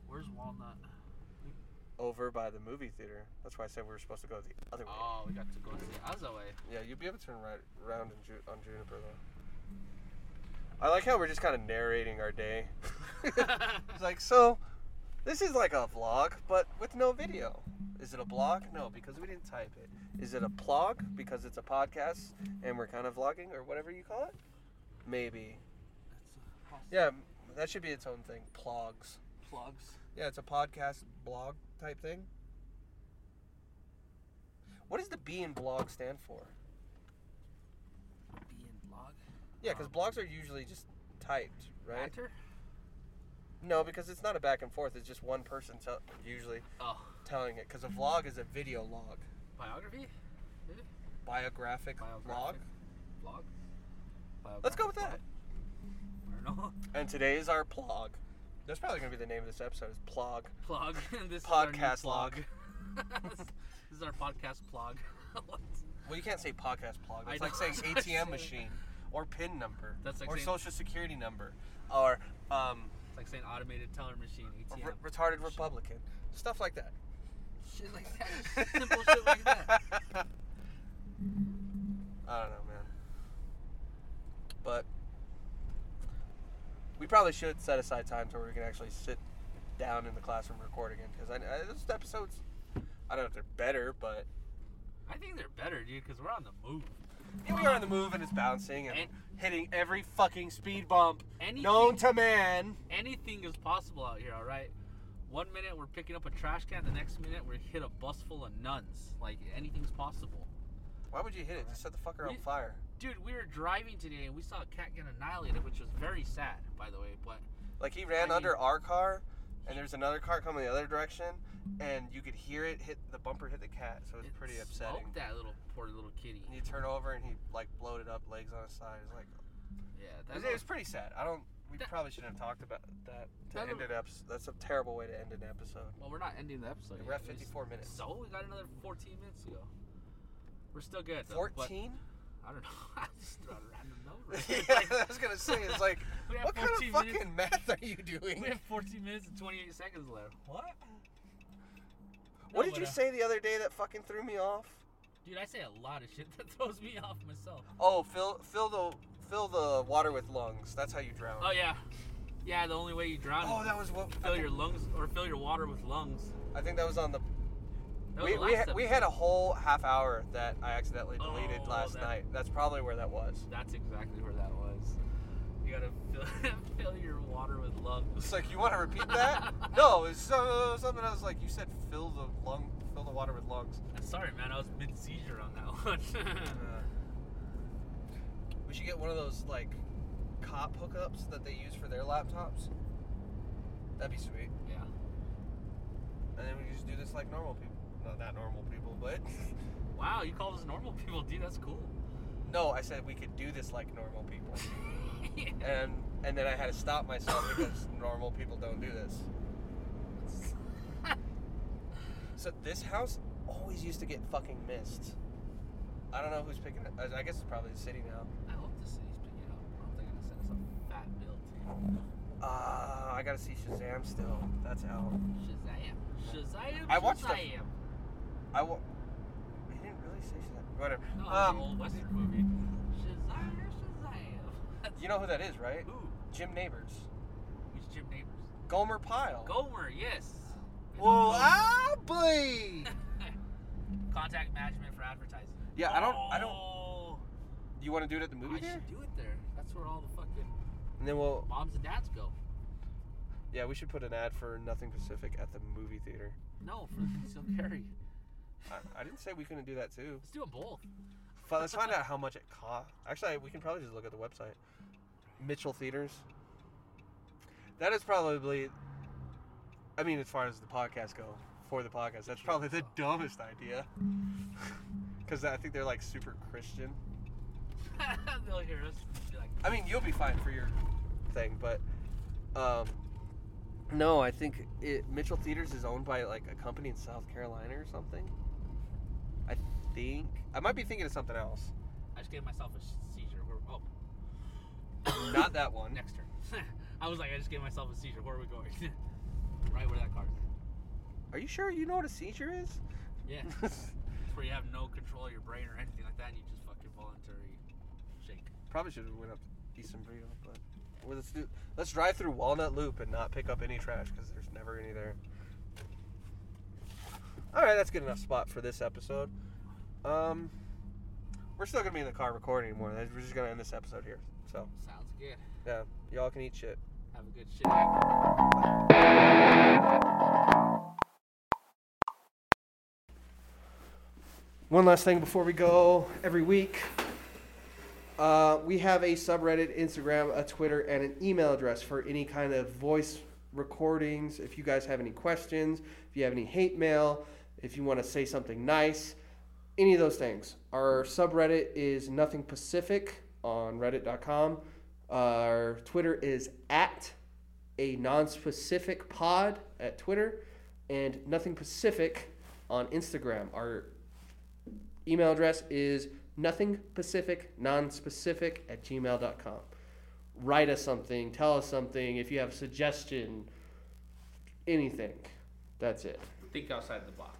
Speaker 2: Where's Walnut?
Speaker 1: over by the movie theater. That's why I said we were supposed to go the other way.
Speaker 2: Oh, we got to go to the Aza
Speaker 1: <laughs>
Speaker 2: <laughs> way.
Speaker 1: Yeah, you'd be able to turn right around in Ju- on Juniper though. I like how we're just kind of narrating our day. <laughs> it's like so, this is like a vlog, but with no video. Is it a blog? No, because we didn't type it. Is it a plog? Because it's a podcast and we're kind of vlogging or whatever you call it. Maybe.
Speaker 2: That's uh, awesome.
Speaker 1: Yeah, m- that should be its own thing. Plogs.
Speaker 2: Plugs.
Speaker 1: Yeah, it's a podcast blog type thing. What does the B in blog stand for?
Speaker 2: Be in blog.
Speaker 1: Yeah, because blogs are usually just typed, right?
Speaker 2: Banter?
Speaker 1: No, because it's not a back and forth. It's just one person tell usually
Speaker 2: Oh,
Speaker 1: telling it. Because a vlog is a video log,
Speaker 2: biography. Maybe?
Speaker 1: biographic, log.
Speaker 2: Biographic. Blog.
Speaker 1: Let's go with
Speaker 2: Biographic
Speaker 1: that.
Speaker 2: blog. I don't know. <laughs>
Speaker 1: And today is our plog. That's probably gonna be the name of this episode. Is plog.
Speaker 2: Plug. <laughs> this
Speaker 1: Podcast
Speaker 2: is our
Speaker 1: log.
Speaker 2: new plug. <laughs> this is our podcast plug. <laughs> What?
Speaker 1: Well, you can't say podcast plug.
Speaker 2: <laughs> I
Speaker 1: It's like
Speaker 2: know,
Speaker 1: saying
Speaker 2: that's what I'm
Speaker 1: ATM
Speaker 2: saying.
Speaker 1: machine, or PIN number,
Speaker 2: That's like
Speaker 1: or
Speaker 2: saying-
Speaker 1: social security number, or um,
Speaker 2: it's like saying automated teller machine
Speaker 1: or
Speaker 2: ATM.
Speaker 1: re- retarded Republican, stuff like that.
Speaker 2: shit like that.
Speaker 1: <laughs>
Speaker 2: Just <laughs> Simple shit like that.
Speaker 1: I don't know, man. But we probably should set aside time to where we can actually sit down in the classroom and record again because I, I those episodes. I don't know if they're better, but
Speaker 2: I think they're better, dude, because we're on the move.
Speaker 1: yeah, we are on the move and it's bouncing and,
Speaker 2: And-
Speaker 1: hitting every fucking speed bump
Speaker 2: Anything-
Speaker 1: known to man.
Speaker 2: Anything is possible out here, all right? One minute we're picking up a trash can, the next minute we hit a bus full of nuns. Like anything's possible.
Speaker 1: Why would you hit it? Just set the fucker on
Speaker 2: We-
Speaker 1: fire.
Speaker 2: Dude, we were driving today and we saw a cat get annihilated, which was very sad, by the way. But
Speaker 1: Like he ran
Speaker 2: I
Speaker 1: under
Speaker 2: mean-
Speaker 1: our car, and there's another car coming the other direction, and you could hear it hit the bumper hit the cat, so it was
Speaker 2: it
Speaker 1: pretty
Speaker 2: smoked
Speaker 1: upsetting.
Speaker 2: that little poor little kitty.
Speaker 1: And you turn over, and he like bloated up, legs on his side. It's like
Speaker 2: Yeah,
Speaker 1: it was,
Speaker 2: that little-
Speaker 1: it was pretty sad. I don't. We
Speaker 2: That-
Speaker 1: probably shouldn't have talked about that to
Speaker 2: That
Speaker 1: end an
Speaker 2: little-
Speaker 1: episode. That's a terrible way to end an episode.
Speaker 2: Well, we're not ending the episode.
Speaker 1: We're at
Speaker 2: yet. We just-
Speaker 1: 54 minutes.
Speaker 2: So we got another 14 minutes to go. We're still good. though, but <laughs>
Speaker 1: Fourteen? <laughs>
Speaker 2: I don't know. I just threw out a random number.
Speaker 1: yeah, I was gonna say it's like,
Speaker 2: <laughs> We have
Speaker 1: what kind of
Speaker 2: 14
Speaker 1: fucking
Speaker 2: minutes.
Speaker 1: math are you
Speaker 2: we
Speaker 1: doing?
Speaker 2: have 14 minutes and 28 seconds left. What?
Speaker 1: What
Speaker 2: No,
Speaker 1: did you
Speaker 2: but, uh,
Speaker 1: say the other day that fucking threw me off?
Speaker 2: Dude, I say a lot of shit that throws me off myself.
Speaker 1: Oh, fill fill the fill the water with lungs. That's how you drown.
Speaker 2: Oh yeah, yeah. The only way you drown
Speaker 1: Oh,
Speaker 2: is
Speaker 1: that was what. I
Speaker 2: fill
Speaker 1: think-
Speaker 2: your lungs or fill your water with lungs.
Speaker 1: I think that was on the.
Speaker 2: That's That was
Speaker 1: we,
Speaker 2: the
Speaker 1: we,
Speaker 2: last
Speaker 1: ha- we
Speaker 2: episode.
Speaker 1: had a whole half hour that I accidentally deleted
Speaker 2: Oh,
Speaker 1: last
Speaker 2: that-
Speaker 1: night. That's probably where that was.
Speaker 2: That's exactly where that was. You gotta <laughs> fill, fill your water with love.
Speaker 1: It's like you want to repeat
Speaker 2: <laughs>
Speaker 1: that? no, it's so, something I was like you said fill the lung fill the water with lungs.
Speaker 2: I'm <laughs> sorry, man. I was mid seizure on
Speaker 1: <laughs>
Speaker 2: that <laughs> one. Uh-huh.
Speaker 1: we should get one of those like cop hookups that they use for their laptops. That'd be sweet.
Speaker 2: yeah.
Speaker 1: And then we can just do this like normal people. Not not normal people, but <laughs>
Speaker 2: Wow, you call us normal people, dude. That's cool.
Speaker 1: no, I said we could do this like normal
Speaker 2: <laughs>
Speaker 1: people. And and then I had to stop myself because normal people don't do
Speaker 2: <laughs>
Speaker 1: this. So this house always used to get fucking missed. I don't know who's picking it. I- I guess it's probably the city now.
Speaker 2: I hope the city's picking up. I hope they're gonna send us a fat bill.
Speaker 1: Ah, I gotta see Shazam still. That's out.
Speaker 2: Shazam! Shazam!
Speaker 1: I watched the-
Speaker 2: Shazam!
Speaker 1: I wa- I didn't really say Shazam. Whatever.
Speaker 2: No,
Speaker 1: Um,
Speaker 2: Oh, the old western movie. Shazam! Shazam!
Speaker 1: You know who that is, right?
Speaker 2: Who?
Speaker 1: Jim Neighbors.
Speaker 2: Who's Jim Neighbors?
Speaker 1: Gomer Pyle.
Speaker 2: Gomer, yes. We know
Speaker 1: well,
Speaker 2: Gomer.
Speaker 1: ah, boy.
Speaker 2: <laughs> Contact management for advertising.
Speaker 1: Yeah, I don't. I don't.
Speaker 2: Oh,
Speaker 1: You want to do it at the
Speaker 2: I
Speaker 1: movie theater?
Speaker 2: should do it there. That's where all the fucking
Speaker 1: And then we'll.
Speaker 2: moms and dads go.
Speaker 1: Yeah, we should put an ad for Nothing Pacific at the movie theater.
Speaker 2: No, for <laughs> the concealed carry.
Speaker 1: I, I didn't say we couldn't do that too.
Speaker 2: Let's do them both. <laughs>
Speaker 1: Fi- Let's find out how much it cost. Actually, we can probably just look at the website. Mitchell Theaters. That is probably, I mean, as far as the podcast go, for the podcast, that's probably the dumbest idea. <laughs> Because I think they're like super Christian.
Speaker 2: They'll hear us. and Be like,
Speaker 1: I mean, you'll be fine for your thing, but um, no, I think it, Mitchell Theaters is owned by like a company in South Carolina or something. I think I might be thinking of something else.
Speaker 2: I just gave myself a sh- seizure. Where, oh,
Speaker 1: Not that one.
Speaker 2: next turn. <laughs> I was like, I just gave myself a seizure. Where are we going? <laughs> right where that car is. at.
Speaker 1: Are you sure you know what a seizure is?
Speaker 2: Yeah, <laughs> it's where you have no control of your brain or anything like that, and you just fucking voluntary shake.
Speaker 1: Probably should have went up to Eastern Brio, but well, let's do. Let's drive through Walnut Loop and not pick up any trash because there's never any there. All right, that's good enough spot for this episode. Um, we're still gonna be in the car recording more. We're just gonna end this episode here. So
Speaker 2: Sounds good.
Speaker 1: yeah, y'all can eat shit.
Speaker 2: Have a good shit. night.
Speaker 1: One last thing before we go. Every week, uh, we have a subreddit, Instagram, a Twitter, and an email address for any kind of voice recordings. If you guys have any questions, if you have any hate mail, if you want to say something nice, any of those things. Our subreddit is Nothing Pacific on reddit.com. Our Twitter is at a non-specific pod at Twitter and Nothing Pacific on Instagram. Our email address is nothingpacificnonspecific at gmail.com. Write us something, tell us something, if you have a suggestion, anything. That's it.
Speaker 2: Think outside the box.